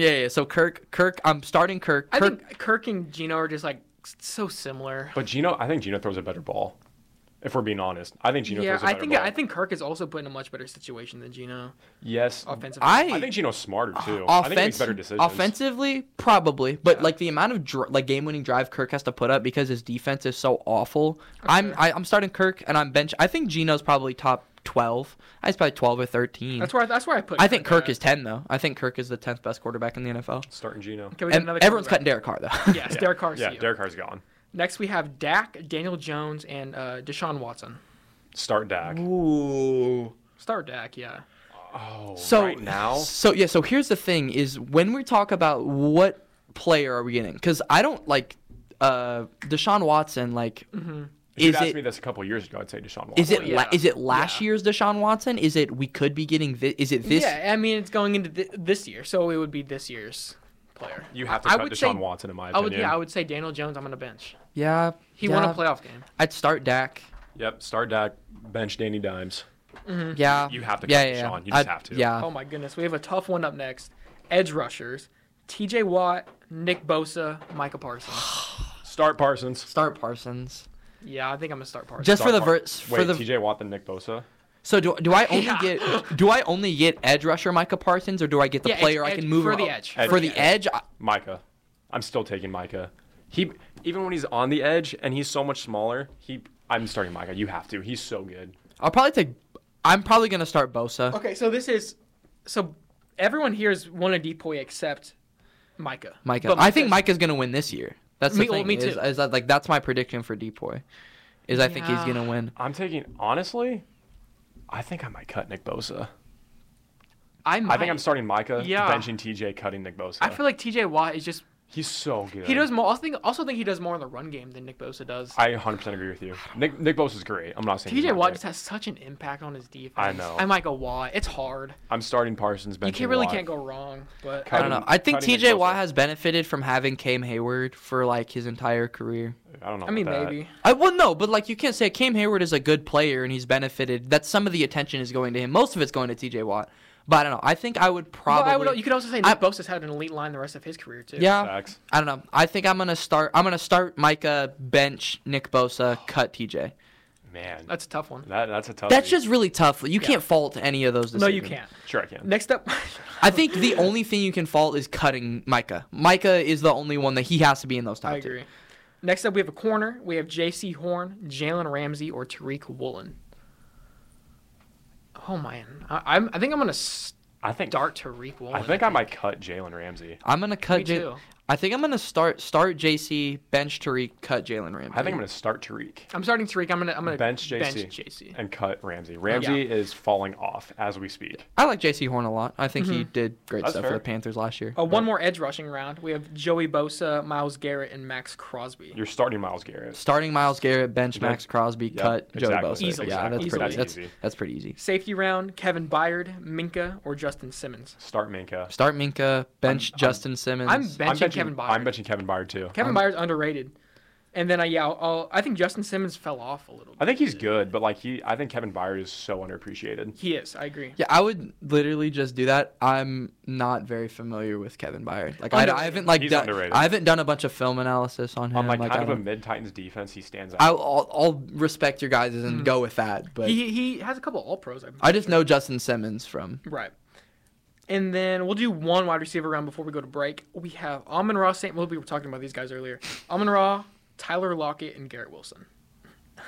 clarification. Yeah, yeah. yeah. So Kirk, Kirk, I'm starting Kirk.
I
Kirk
think Kirk and Gino are just like s- so similar.
But Gino, I think Gino throws a better ball. If we're being honest, I think Gino
yeah,
throws a
I
better
think
ball.
I think Kirk is also put in a much better situation than Gino
yes.
offensively.
I-
I think Gino's smarter
Uh,
too. I think he makes
offense,
better decisions.
offensively, probably, but like the amount of dr- like game-winning drive Kirk has to put up because his defense is so awful. I'm I, I'm starting Kirk and I'm bench. I think Gino's probably top twelve. I was probably twelve or thirteen.
that's where I, that's where I put.
I think Kirk
at.
is ten though. I think Kirk is the tenth best quarterback in the NFL.
Starting Gino.
Can we get
And
another
everyone's cutting
quarterback?
Derek Carr though.
Yes, Derek Carr.
Yeah,
see you.
Derek Carr's gone.
Next we have Dak, Daniel Jones, and uh, Deshaun Watson.
Start Dak.
Ooh.
Start Dak, yeah.
Oh,
So
right now.
So yeah, so here's the thing is when we talk about what player are we getting? Cuz I don't like uh Deshaun Watson like
Mm-hmm.
If you'd
is
asked
it
me this a couple years ago, I'd say Deshaun Watson.
Is it
yeah.
la- is it last
Yeah.
year's Deshaun Watson? Is it we could be getting this? Is it this?
yeah, I mean it's going into th- this year, so it would be this year's player.
You have to
I
cut
would
Deshaun
say-
Watson, in my
I
opinion.
would, yeah, I would say Daniel Jones. I'm on the bench.
Yeah,
He won
yeah.
a playoff game.
I'd start Dak.
Yep, start Dak, bench Danny Dimes.
Yeah,
You have to
yeah,
cut
yeah,
Deshaun.
yeah.
You just
I'd-
have to.
Yeah,
Mm-hmm. Oh my goodness, we have a tough one up next. Edge rushers: T.J. Watt, Nick Bosa, Micah Parsons.
Start Parsons.
start Parsons
Yeah, I think I'm gonna start Parsons.
just for
Start
the
Par-
verse for
Wait,
the.
TJ Watt and Nick Bosa.
so do, do I only
Yeah.
get do I only get edge rusher Micah Parsons or do I get the
Yeah, edge-
player I
edge-
can move
for
him
the
up-
edge.
for the edge? I-
Micah. I'm still taking Micah. He even when he's on the edge and he's so much smaller, he I'm starting Micah. You have to. He's so good.
I'll probably take. I'm probably gonna start Bosa.
Okay, so this is so everyone here is one of Depoy except Micah.
Micah.
But
I think
Micah's-
Micah's gonna win this year. That's the
Me- well,
thing.
me
is-
too.
Is, that, like that's my prediction for Depoy. Is I think he's
Yeah.
gonna win.
I'm taking honestly, I think I might cut Nick Bosa.
I,
I think I'm
might.
starting Micah,
Yeah.
benching TJ, cutting Nick Bosa.
I feel like T.J. Watt is just
he's so good.
He does more. Also think, also think he does more in the run game than Nick Bosa does.
I 100% agree with you. Nick Nick Bosa's great. I'm not saying he's
TJ
not
Watt
great.
just has such an impact on his defense.
I know.
I might go Watt. It's hard.
I'm starting Parsons, benching
You can't, really
Watt.
can't go wrong. But
I
Cut.
don't know.
Cutting-
I think
cutting
TJ
Nick
Watt
Bosa.
has benefited from having Cam Hayward for like his entire career.
I don't know.
I mean,
about that.
maybe.
I well no, but like you can't say Cam Hayward is a good player and he's benefited. That some of the attention is going to him. Most of it's going to TJ Watt. But I don't know. I think I would
Well,
probably
I would, you could also say Nick
I-
Bosa's had an elite line the rest of his career too.
Yeah.
Facts.
I don't know. I think I'm gonna start I'm gonna start Micah, bench, Nick Bosa, cut TJ.
Man, that's
that's a tough one.
that, that's a tough.
That's
league.
just really tough. You can't fault any of those decisions.
No, you can't.
sure I can.
Next up,
I think the only thing you can fault is cutting Micah. Micah is the only one that he has to be in those top
I
two.
agree. Next up, we have a corner. We have J.C. Horn, Jalen Ramsey, or Tariq Woolen. Oh man, I, I'm. I think I'm gonna start
I think
Tariq Woolen.
I think I might cut Jalen Ramsey.
I'm gonna cut.
Me
J-
too.
I think I'm gonna start start JC bench Tariq cut Jalen Ramsey.
I think I'm going to start Tariq,
I'm starting Tariq. I'm gonna. I'm gonna
bench JC,
Bench JC.
and cut Ramsey. Ramsey is falling off as we speak.
I like JC Horn a lot. I think he
Mm-hmm.
did great
That's
stuff for
fair.
the Panthers last year.
Uh, one more edge rushing round. We have Joey Bosa, Miles Garrett, and Max Crosby.
You're starting Miles Garrett.
Starting Miles Garrett, bench
Yeah.
Max Crosby,
Yeah,
cut
exactly.
Joey Bosa.
Easily.
Yeah, that's
Exactly.
pretty.
Easily.
That's,
Easy.
that's pretty easy.
Safety round: Kevin Byard, Minka, or Justin Simmons.
Start Minka.
Start Minka, bench Justin Simmons.
I'm benching,
I'm benching
Kevin Byard.
I'm benching Kevin Byard too.
Kevin Byard's underrated. And then I yeah, I'll, I'll- i think Justin Simmons fell off a little. bit.
I think he's good, but like he, I think Kevin Byard is so underappreciated.
he is. I agree.
yeah, I would literally just do that. I'm not very familiar with Kevin Byard. Like I, I
Underrated.
haven't like
He's
done,
underrated.
I haven't done a bunch of film analysis on him.
On like,
like,
kind
I
of a
don't-
mid Titans defense, he stands out.
I'll, I'll, I'll respect your guys
Mm.
and go with that. But
He he has a couple All Pros. I,
I just know Justin Simmons from
right. And then we'll do one wide receiver round before we go to break. We have Amon Ra St. Well, we were talking about these guys earlier. Amon Ra, Tyler Lockett, and Garrett Wilson.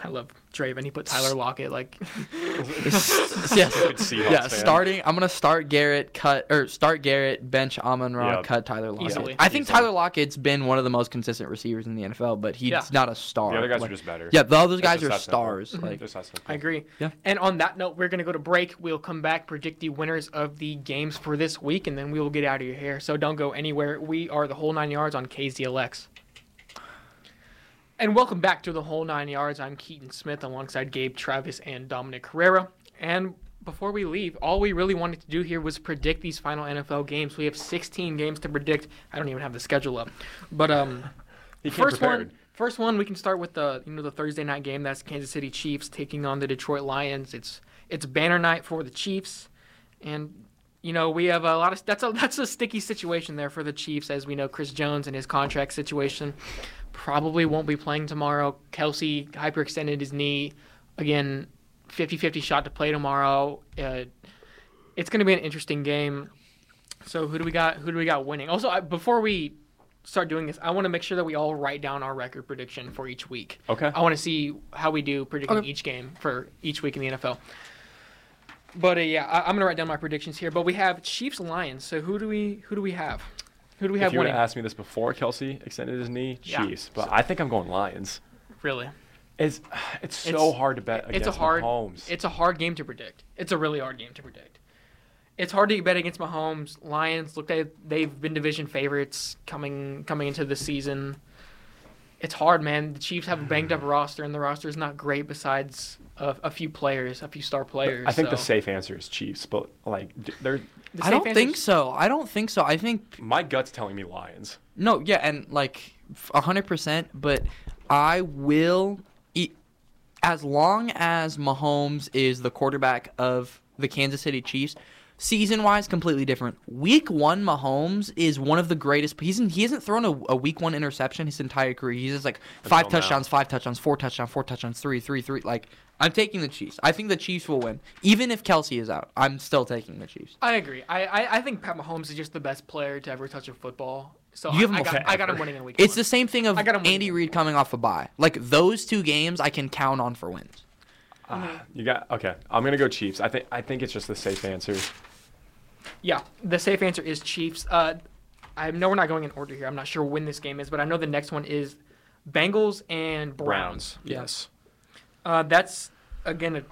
I love Draven. He put Tyler Lockett like
yes.
Seahawks
Yeah,
fan.
starting. I'm gonna start Garrett, cut or start Garrett, bench Amon Ra,
Yep.
cut Tyler Lockett.
Easily.
I think
Easily.
Tyler Lockett's been one of the most consistent receivers in the NFL, but he's
Yeah.
not a star.
The other guys
Like-
are just better.
Yeah, the other
It's
guys
just
are
that simple.
stars.
Mm-hmm.
Like
Just that simple.
I agree.
Yeah.
And on that note, we're gonna go to break. We'll come back, predict the winners of the games for this week, and then we will get out of your hair. So don't go anywhere. We are the whole nine yards on KZLX. And welcome back to the whole nine yards. I'm Keaton Smith alongside Gabe Travis and Dominic Herrera. And before we leave, all we really wanted to do here was predict these final NFL games. We have 16 games to predict. I don't even have the schedule up, but um.
He came
First
prepared.
one, first one, we can start with the you know the Thursday night game. That's Kansas City Chiefs taking on the Detroit Lions. It's it's banner night for the Chiefs, and you know we have a lot of that's a that's a sticky situation there for the Chiefs as we know Chris Jones and his contract situation probably won't be playing tomorrow. Kelsey hyperextended his knee again, 50-50 shot to play tomorrow. Uh, it's going to be an interesting game. So who do we got? Who do we got winning? Also, I, before we start doing this, I want to make sure that we all write down our record prediction for each week.
Okay.
I want to see how we do predicting
Okay.
each game for each week in the NFL. But uh, yeah, I, I'm gonna write down my predictions here. But we have Chiefs Lions. So who do we who do we have? Who do we
If
have
you would
winning?
have asked me this before Kelsey extended his knee,
Yeah.
Chiefs. But I think I'm going Lions.
really,
It's it's so
It's-
hard to bet
it's
against
a hard
Mahomes.
it's a hard game to predict. It's a really hard game to predict. It's hard to bet against Mahomes. Lions look like they've been division favorites coming coming into the season. It's hard, man. The Chiefs have a banged
Mm-hmm.
up roster, and the roster is not great besides a, a few players, a few star players.
I think the
so-
safe answer is Chiefs, but like d- they're
the
I
safe
don't
answer
think
is-
so. I don't think so. I think
my gut's telling me Lions.
no. Yeah, and like hundred percent. But I will, e- as long as Mahomes is the quarterback of the Kansas City Chiefs. Season wise, completely different. Week one, Mahomes is one of the greatest. He's he hasn't thrown a, a week one interception his entire career. He's just like five
Until now.
touchdowns, five touchdowns, four touchdowns, four touchdowns, three, three, three. Like I'm taking the Chiefs. I think the Chiefs will win, even if Kelsey is out. I'm still taking the Chiefs.
I agree. I, I, I think Pat Mahomes is just the best player to ever touch a football. So
You have him
I, I, got,
forever.
I got him winning in week
It's
one.
the same thing of
I got 'em winning.
Andy Reid coming off a bye. Like those two games, I can count on for wins.
Ah, you got okay. I'm gonna go Chiefs. I think I think it's just the safe answer.
Yeah, the safe answer is Chiefs. Uh, I know we're not going in order here. I'm not sure when this game is, but I know the next one is Bengals and Browns.
Browns. Yes.
Uh, that's again an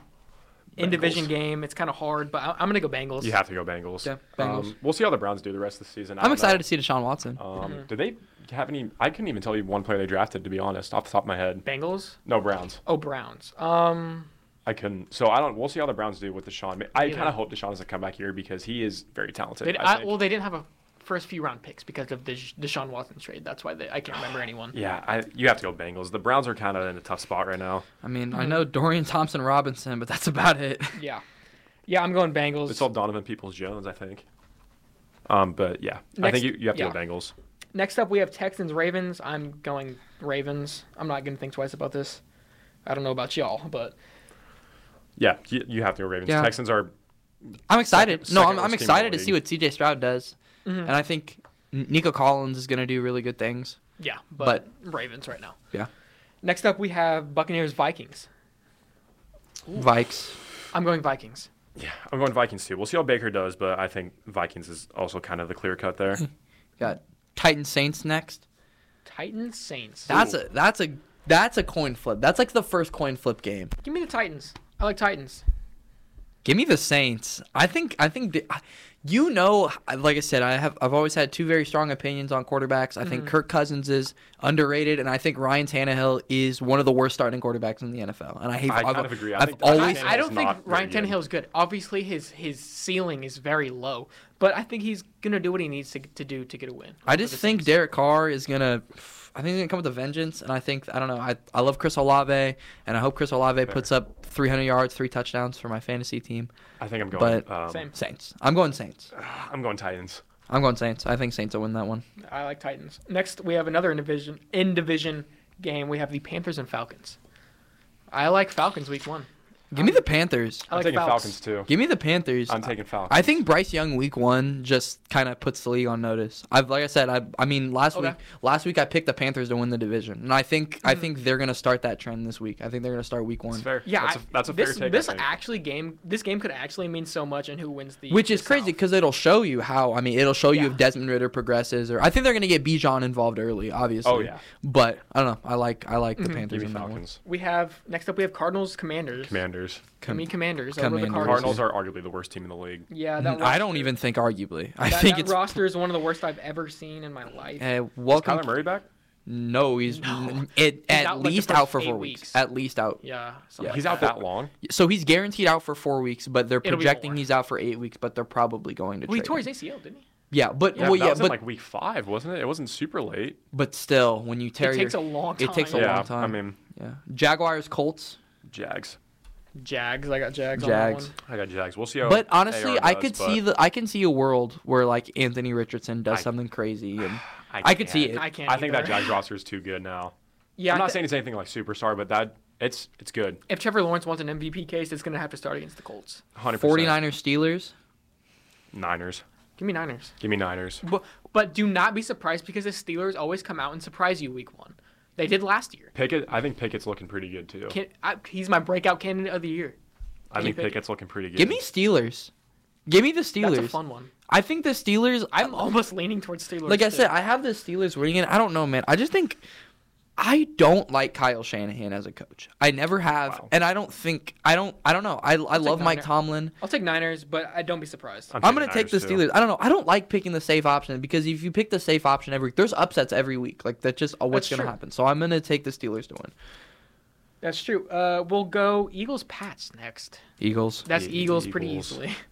in division game. It's kind of hard, but I- I'm gonna go Bengals.
You have to go Bengals.
Yeah, Bengals.
Um, we'll see how the Browns do the rest of the season. I
I'm
don't
excited
know.
to see Deshaun Watson.
Um, Do they have any? I couldn't even tell you one player they drafted to be honest, off the top of my head.
Bengals.
No Browns.
Oh, Browns. Um,
I couldn't. So I don't. We'll see how the Browns do with Deshaun. I
Either.
kind of hope Deshaun is a comeback here because he is very talented.
they,
I
I,
think.
well, they didn't have a first few round picks because of the Sh- Deshaun Watson trade. That's why they, I can't remember anyone.
yeah, I, you have to go Bengals. The Browns are kind of in a tough spot right now.
I mean,
Hmm.
I know Dorian Thompson Robinson, but that's about it.
Yeah, yeah, I'm going Bengals.
It's all Donovan Peoples Jones, I think. Um, but yeah, I
Next-
think you, you have to
yeah.
go Bengals.
Next up, we have Texans Ravens. I'm going Ravens. I'm not gonna think twice about this. I don't know about y'all, but
Yeah, you, you have to go Ravens.
Yeah.
Texans are
I'm excited.
Second-
no,
second
I'm, I'm
worst team in
excited
the
to see what
league.
CJ Stroud does,
Mm-hmm.
and I think N- Nico Collins is going to do really good things.
yeah, but, Ravens right now.
Yeah,
Next up, we have Buccaneers Vikings.
Vikes.
I'm going Vikings.
I'm going Vikings too. We'll see how Baker does, but I think Vikings is also kind of the clear cut there.
Got Titan Saints next.
Titans Saints.
That's a that's a that's a coin flip. That's like the first coin flip game.
Give me the Titans. I like Titans.
Give me the Saints. I think I think the, I- you know I- like I said I have I've always had two very strong opinions on quarterbacks. I think Kirk Cousins is underrated and I think Ryan Tannehill is one of the worst starting quarterbacks in the NFL. And I hate
I kind
I've-
of agree. I
I've
think that-
always
Tannehill's
I, I don't think
not very
Ryan
good.
Tannehill is good. Obviously, his his ceiling is very low, but I think he's gonna do what he needs to, to do to get a win.
I just think Derek Carr is gonna. I think he's gonna come with a vengeance, and I think I don't know. I, I love Chris Olave, and I hope Chris Olave puts up 300 yards, three touchdowns for my fantasy team.
I think I'm going.
But-
um,
Same.
Saints. I'm going Saints.
I'm going Titans.
I'm going Saints. I think Saints will win that one.
I like Titans. Next, we have another in division in division game. We have the Panthers and Falcons. I like Falcons week one.
Give me the Panthers.
I
I'm
like
taking
Falcons.
Falcons too.
Give me the Panthers.
I'm taking Falcons.
I think Bryce Young week one just kind of puts the league on notice. I've like I said, I I mean last
Okay. Hmm.
week last week I picked the Panthers to win the division, and I think I think they're gonna start that trend this week. I think they're gonna start week one,
That's fair.
Yeah,
that's a,
I-
that's a
this,
fair take.
This
I think.
actually game, this game could actually mean so much in who wins the.
which
the
is crazy
South.
because it'll show you how. I mean, it'll show you
Yeah.
if Desmond Ritter progresses, or I think they're gonna get Bijan involved early, obviously.
Oh, yeah.
But I don't know. I like I like
Mm-hmm.
the Panthers
Give me
in that one.
Falcons.
we have next up we have Cardinals Commanders.
Commanders.
I mean Commanders. Over the
Commanders.
Cardinals.
Cardinals are arguably the worst team in the league.
Yeah, that
I don't
roster-
even think arguably. I
That,
think
that
it's.
roster is one of the worst I've ever seen in my life.
Uh,
Is
welcome.
Kyler Murray back?
No, he's, It, at
out, like, the
least
first
out for
eight
four weeks.
weeks.
At least out.
yeah, something
Yeah,
like
he's out that long.
So he's guaranteed out for four weeks, but they're
It'll be
projecting
more.
he's out for eight weeks, but they're probably going to
Well, he
trade
tore
him.
his ACL, didn't he?
Yeah, but
Yeah,
well,
that
yeah,
was
but
in like week five, wasn't it? It wasn't super late.
but still, when you tear
It takes a
your,
long time.
it takes a
yeah,
long time.
I mean,
yeah, Jaguars, Colts,
Jags.
Jags. I got Jags.
Jags.
On that
I got Jags. We'll see
Oh,
how.
but honestly,
AR
I
does,
could
but
see the I can see a world where like Anthony Richardson does
I-
something crazy, and I could see
can't.
it.
one. I can't.
I think that
either.
Jags roster is too good now.
Yeah,
I'm
I
not
thi-
saying it's anything like superstar, but that it's it's good.
if Trevor Lawrence wants an MVP case, it's gonna have to start against the Colts.
100%.
49ers, Steelers.
Niners.
Give me Niners.
Give me Niners.
But, but do not be surprised because the Steelers always come out and surprise you week one. They did last year.
Pickett. I think Pickett's looking pretty good too.
Can, I, he's my breakout candidate of the year.
I
you
think
pick-
Pickett's looking pretty good.
Give me Steelers. Give me the
That's
Steelers.
a fun one.
I think the Steelers.
I'm almost leaning towards Steelers.
like I
too.
said, I have the Steelers winning it. I don't know, man. I just think I don't like Kyle Shanahan as a coach. I never have,
Wow.
and I don't think I don't. I don't know. I, I love
take
Mike
Niner.
Tomlin.
I'll take Niners, but I don't be surprised.
I'm
taking
gonna take the
Niners, too.
Steelers. I don't know. I don't like picking the safe option because if you pick the safe option every week, there's upsets every week. Like that's just uh, what's
That's
gonna
true.
happen. So I'm gonna take the Steelers to win.
That's true. Uh, we'll go Eagles Pats next.
Eagles.
That's
Yeah,
Eagles, pretty
Eagles.
easily.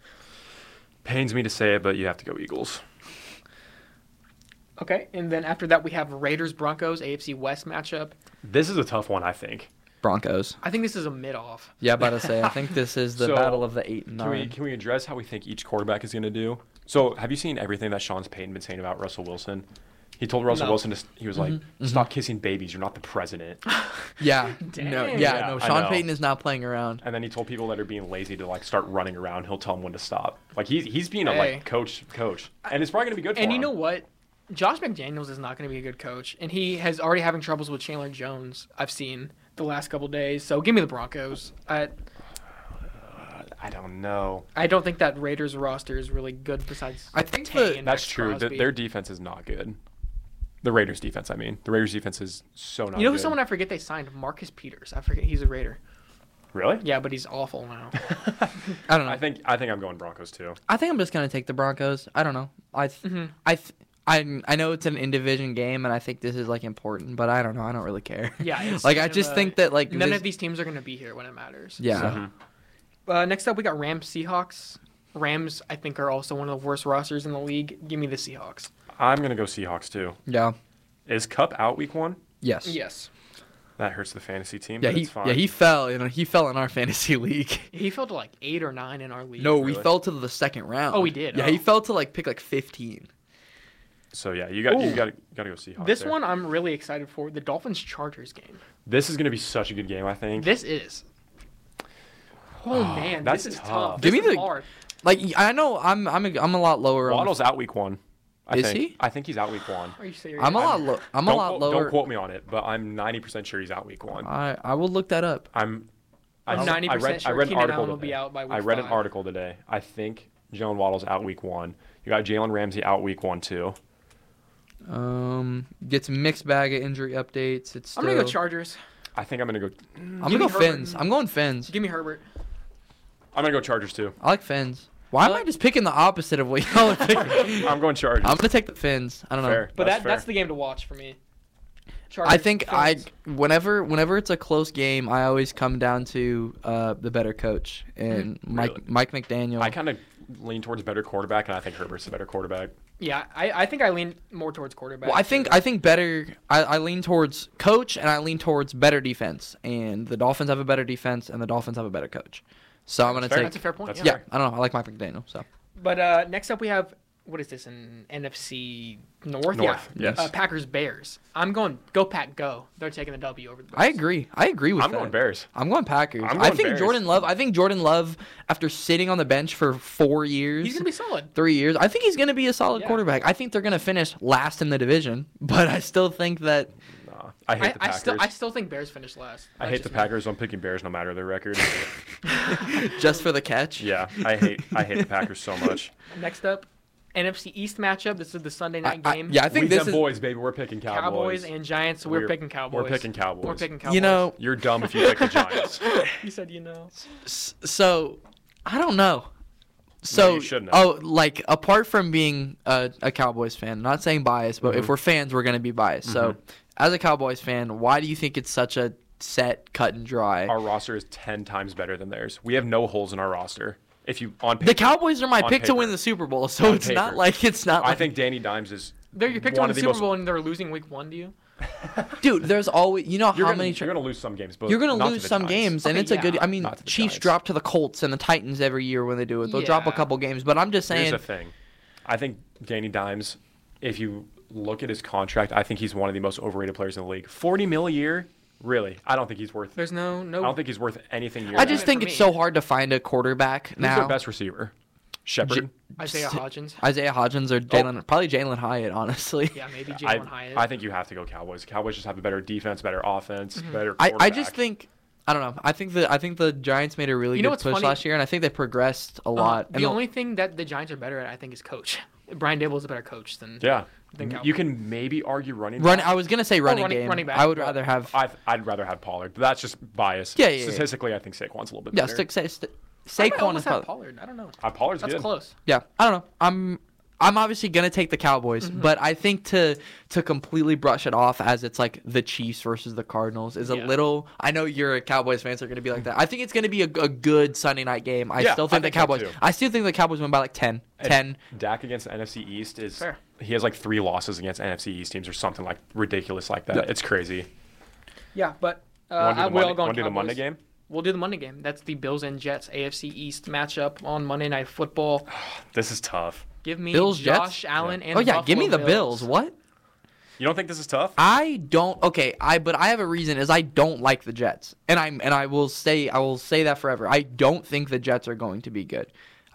Pains me to say it, but you have to go Eagles.
Okay, and then after that we have Raiders Broncos AFC West matchup.
This is a tough one, I think.
Broncos.
I think this is a mid off.
Yeah, about to say. I think this is the
So,
battle of the eight and
Can we
nine.
can we address how we think each quarterback is going to do? So, have you seen everything that Sean's Payton been saying about Russell Wilson? He told Russell
No.
Wilson to, s- he was
Mm-hmm.
like, "Stop kissing babies. You're not the president."
yeah. No. Yeah.
Dang.
Yeah,
no.
I
Sean
know.
Payton is not playing around.
And then he told people that are being lazy to like start running around. He'll tell them when to stop. Like he's he's being a
Hey.
like coach coach, and it's probably going to be good.
And
for
you
him.
know what? Josh McDaniels is not going to be a good coach, and he has already having troubles with Chandler Jones. I've seen the last couple days. So give me the Broncos. I
I don't know.
I don't think that Raiders roster is really good. Besides,
I think
Tay
the-
and
That's
Max
true. Th-
Crosby.
their defense is not good. The Raiders' defense, I mean, the Raiders' defense is so not.
you know who
good.
someone I forget they signed Marcus Peters. I forget he's a Raider.
really?
Yeah, but he's awful now.
I don't know.
I think I think I'm going Broncos too.
I think I'm just gonna take the Broncos. I don't know. I th-
Mm-hmm.
I th- I I know it's an in division game, and I think this is like important, but I don't know. I don't really care.
Yeah, it's-
like I
it's,
just
uh,
think that like
None
this-
of these teams are going to be here when it matters.
Yeah.
Uh, next up, we got Rams Seahawks. Rams, I think, are also one of the worst rosters in the league. Give me the Seahawks.
I'm going to go Seahawks too.
Yeah.
Is Cup out week one?
Yes.
Yes.
That hurts the fantasy team.
Yeah.
but
He
it's fine.
yeah he fell. You know he fell in our fantasy league.
He fell to like eight or nine in our league.
No, we
Really?
fell to the second round.
Oh, we did?
Yeah, he
Oh.
fell to like pick like 15.
So yeah, you got you
Ooh.
got got to go Seahawks.
This
there.
one I'm really excited for the Dolphins Chargers game.
This is going to be such a good game. I think.
This is. Oh, man,
that's
this is tough.
tough.
Give
This
me
is
the-
hard.
Like I know I'm I'm a, I'm a lot lower. On
Waddle's out week one. I
Is
think.
he?
I think he's out week one.
Are you serious?
I'm a lot low. I'm a
Don't
lot
quote-
lower.
Don't quote me on it, but I'm 90% sure he's out week one.
I I will look that up.
I'm. I-
I'm
I
90%
read- I
sure
read an
Keenan
article
Allen will be
today.
out by
I
week
read an
five.
article today. I think Jalen Waddle's out week one. You got Jalen Ramsey out week one too.
Um, gets mixed bag of injury updates. It's
I'm going to go
still-
Chargers.
I think I'm gonna go.
I'm
Give
gonna
me
go
Herbert.
fins. I'm going fins.
Give me Herbert.
I'm gonna go Chargers too.
I like fins. Why am I just picking the opposite of what y'all are picking?
I'm going Chargers.
I'm gonna take the fins. I don't know.
Fair.
But
That's
that,
fair.
that's the game to watch for me. Chargers,
I think I
Fins.
whenever whenever it's a close game, I always come down to uh, the better coach and Mike
Mm-hmm. Really?
Mike McDaniel.
I kind of lean towards better quarterback, and I think Herbert's a better quarterback.
Yeah, I, I think I lean more towards quarterback.
well, I think I think better. I, I lean towards coach and I lean towards better defense. And the Dolphins have a better defense and the Dolphins have a better coach. So I'm gonna
fair.
take.
that's a fair point.
That's
yeah.
yeah,
fair.
I don't know. I like Mike McDaniel. So
But uh, next up, we have what is this in NFC
North,
North? yeah.
yes.
Uh, Packers Bears. I'm going go pack go. They're taking the W over the Bears.
I agree. I agree with
I'm
that.
going Bears.
I'm going Packers.
I'm
I
going
think
Bears.
Jordan Love. I think Jordan Love, after sitting on the bench for four years,
He's gonna be solid.
three years, I think he's going to be a solid
Yeah.
quarterback. I think they're going to finish last in the division, but I still think that
Nah, I hate the
I, I
Packers.
still I still think Bears finish last.
I
That's
hate the
just me.
Packers. so I'm picking Bears no matter their record.
just for the catch.
yeah, I hate I hate the Packers so much.
Next up, NFC East matchup. This is the Sunday
I,
night
I-
game.
yeah, I think
we
this
them
is.
boys, baby. We're picking Cowboys.
Cowboys and Giants. We're,
We're-
picking
we're
Cowboys.
picking Cowboys.
We're picking Cowboys.
You know,
You're dumb if you pick the Giants.
you said you know.
s- so I don't know. So
you shouldn't have.
oh, like apart from being a, a Cowboys fan, not saying biased, but
Mm-hmm.
if we're fans, we're going to be biased. So as a Cowboys fan, why do you think it's such a set, cut and dry?
our roster is ten times better than theirs. We have no holes in our roster. If you on paper,
The Cowboys are my
on
pick to
paper.
win the Super Bowl, so it's not
paper.
like it's not.
I
like,
think Danny Dimes is.
They're you picked
one
on the
of
Super
most-
Bowl and they're losing week one. Do you?
dude, there's always you know
You're
how
gonna,
many.
you're gonna lose some games, but
You're going
not
to
to
lose
the
some
Giants.
games, and
Okay,
it's a good.
yeah.
I mean,
Not to the
Chiefs
Giants.
drop to the Colts and the Titans every year when they do it. They'll drop a
Yeah.
couple games, but I'm just
Here's
saying.
the thing. I think Danny Dimes, if you look at his contract, I think he's one of the most overrated players in the league. Forty mil a year, really? I don't think he's worth.
There's no
I
no.
don't think he's worth anything. Year
I just
for
think it's
me.
so hard to find a quarterback
who's
now.
their best receiver? Shepard.
Isaiah Hodgins.
Isaiah Hodgins
Oh.
or Jalen, probably Jalen Hyatt, honestly.
Yeah, maybe
I,
Jalen Hyatt.
I think you have to go Cowboys. Cowboys just have a better defense, better offense,
Mm-hmm.
better.
I, I just
quarterback.
think I don't know. I think the I think the Giants made a really
You know
good
what's
push
funny?
last year, and I think they progressed a
Uh,
lot.
the
and
only thing that the Giants are better at, I think, is coach. Brian Dable is a better coach than.
Yeah.
Than
You
Cowboys.
can maybe argue running.
run.
back.
I was gonna say running
Oh, running-
game.
running back,
I would
but-
rather have
I, I'd rather have Pollard, but that's just bias.
Yeah, yeah, yeah.
Statistically, I think Saquon's a little bit
yeah.
better.
Stick, say, st-
I might
Saquon is
almost have
probably-
Pollard. I don't know.
Uh, Pollard's
That's
good.
close.
Yeah, I don't know. I'm I'm obviously gonna take the Cowboys,
Mm-hmm.
but I think to to completely brush it off as it's like the Chiefs versus the Cardinals is a
Yeah.
little. I know you're a Cowboys fans are gonna be like that. I think it's gonna be a, a good Sunday night game. I
Yeah,
still
I
think,
think
the
so
Cowboys.
too.
I still think the Cowboys win by like 10. 10.
Dak against the NFC East is
Fair.
he has like three losses against NFC East teams or something like ridiculous like that. It's crazy.
Yeah, but uh,
Wanna do
I
the
will
Monday-
go on
wanna do the
Cowboys.
Monday game?
We'll do the Monday game. That's the Bills and Jets AFC East matchup on Monday Night Football.
This is tough.
Give me
Bills,
Josh
Jets?
Allen and
Oh yeah,
the
give me the
Buffalo
Bills. What?
You don't think this is tough?
I don't okay, I but I have a reason is I don't like the Jets. And I'm and I will say I will say that forever. I don't think the Jets are going to be good.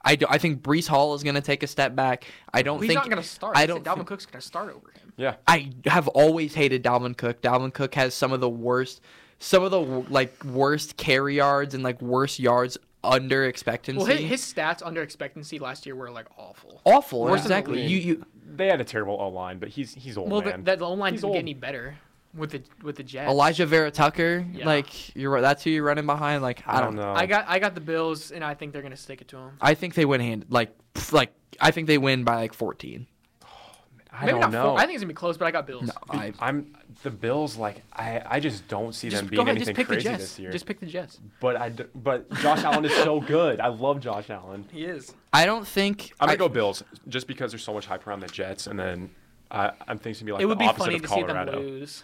I, do, I think Brees Hall is going to take a step back. I don't
He's
think
not going to start.
I
They said
don't
Dalvin
think-
Cook's going to start over him.
yeah.
I have always hated Dalvin Cook. Dalvin Cook has some of the worst, some of the like worst carry yards and like worst yards under expectancy.
Well, his, his stats under expectancy last year were like awful.
awful.
worse than the
exactly.
league.
You you
They had a terrible O line, but he's he's old
Oh,
Well, the,
man.
that the line
He's
didn't get
old.
any better with the with the Jets.
Elijah Vera Tucker.
Yeah.
Like you're that's who you're running behind. Like I,
I don't know.
I got I got the Bills, and I think they're going to stick it to him.
I think they win hand like pff, like I think they win by like 14.
I
Maybe
don't
not
know.
Four. I think it's going to be close, but I got Bills.
I,
am the Bills. Like I, I just don't see
Just
them
go
being
ahead,
anything
just pick the
crazy
Jets.
this year.
Just pick the Jets.
But I, d- but Josh Allen is so good. I love Josh Allen.
He is.
I don't think
I'm gonna
I-
go Bills just because there's so much hype around the Jets, and then I, I'm thinking to be like
it would
the
be
opposite
funny
of
to see them
Colorado.
lose.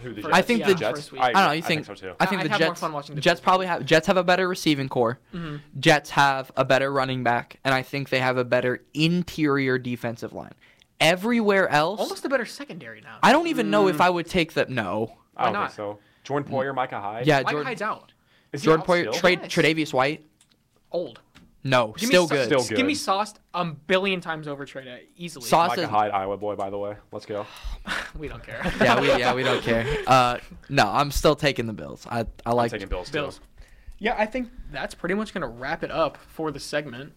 Who, the
for-
Jets?
I think the-
Jets.
first week. I
I don't know. You
I
think?
think so too.
I think
I- I
the
had more
Jets.
fun watching the Mm-hmm.
Jets
Bills.
probably have. Jets have a better receiving core. Jets have a better running back, and I think they have a better interior defensive line. Everywhere else,
Almost Mm. a better secondary now.
I don't even know if I would take that. No.
I don't
Why
think so. Jordan Poyer, Micah Hyde.
Yeah,
Mike
Jordan.
Hyde's out.
Is he
Jordan
out
Poyer.
still?
Trade
Yes.
Tre'Davious White.
Old.
No,
Give me
still
Sau-
good.
Still good.
Give me Sauce a billion times over trade at easily.
Sauce
Micah
is.
Hyde, Iowa boy, by the way. Let's go.
We don't care.
Yeah, we yeah we don't care. Uh, no, I'm still taking the Bills. I I
I'm
like.
taking Bills. too.
Bills. Yeah, I think that's pretty much gonna wrap it up for the segment.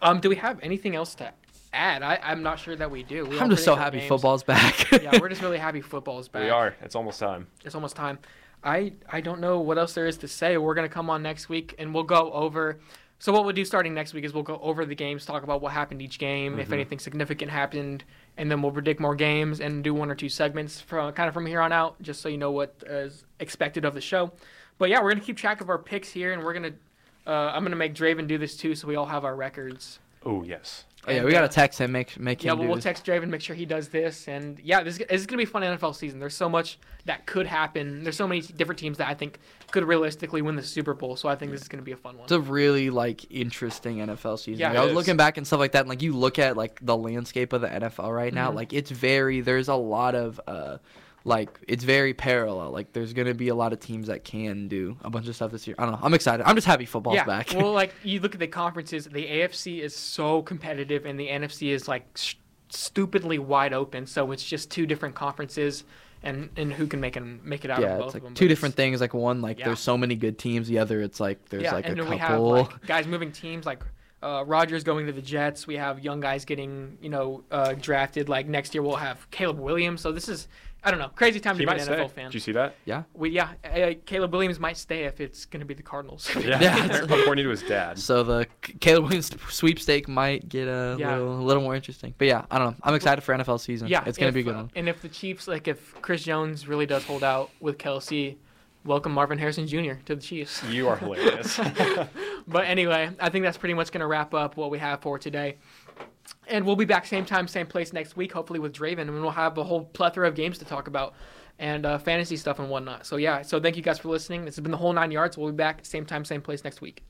Um, do we have anything else to add? I, I'm not sure that we do. We all
I'm just so
predicted our
happy
games.
football's back.
yeah, we're just really happy football's back.
We are. It's almost time.
It's almost time. I I don't know what else there is to say. We're gonna come on next week and we'll go over. So what we'll do starting next week is we'll go over the games, talk about what happened each game, if anything significant happened, and then we'll predict more games and do one or two segments from kind of from here on out, just so you know what is expected of the show. But yeah, we're gonna keep track of our picks here, and we're gonna. Uh, I'm gonna make Draven do this too, so we all have our records.
Oh yes.
Oh, yeah,
And,
we
uh,
gotta text him. Make make him.
Yeah, well,
do
we'll
this.
text Draven, make sure he does this, and yeah, this, this is gonna be a fun NFL season. There's so much that could happen. There's so many different teams that I think could realistically win the Super Bowl. So I think this is gonna be a fun one.
It's a really like interesting NFL season.
Yeah,
Like,
it
I was
is.
looking back and stuff like that, and like you look at like the landscape of the NFL right now,
Mm-hmm.
like it's very there's a lot of uh like it's very parallel. Like there's gonna be a lot of teams that can do a bunch of stuff this year. I don't know. I'm excited. I'm just happy football's
yeah,
back.
well, like you look at the conferences, the AFC is so competitive, and the NFC is like st- stupidly wide open. So it's just two different conferences, and and who can make and make it out of
yeah,
both
it's
of
like
them.
two
but it's-
different things. Like one, like
Yeah.
there's so many good teams. The other, it's like there's like a
and then
couple.
we have like, guys moving teams like uh, Rogers going to the Jets. We have young guys getting you know uh, drafted. Like next year we'll have Caleb Williams. So this is I don't know crazy time
He
to be
might
an
stay.
NFL fan.
Did you see that?
yeah,
We yeah uh, Caleb Williams might stay if it's gonna be the Cardinals.
Yeah.
According to his dad.
So the C- Caleb Williams sweepstake might get a
Yeah.
little, a little more interesting. But yeah, I don't know. I'm excited for NFL season.
yeah,
it's gonna
if,
be a good
uh,
one.
And if the Chiefs like if Chris Jones really does hold out with Kelsey. Welcome Marvin Harrison Jr. to the Chiefs.
You are hilarious.
But anyway, I think that's pretty much going to wrap up what we have for today. And we'll be back same time, same place next week, hopefully with Draven, and we'll have a whole plethora of games to talk about and uh, fantasy stuff and whatnot. So, yeah, so thank you guys for listening. This has been the whole nine yards. We'll be back same time, same place next week.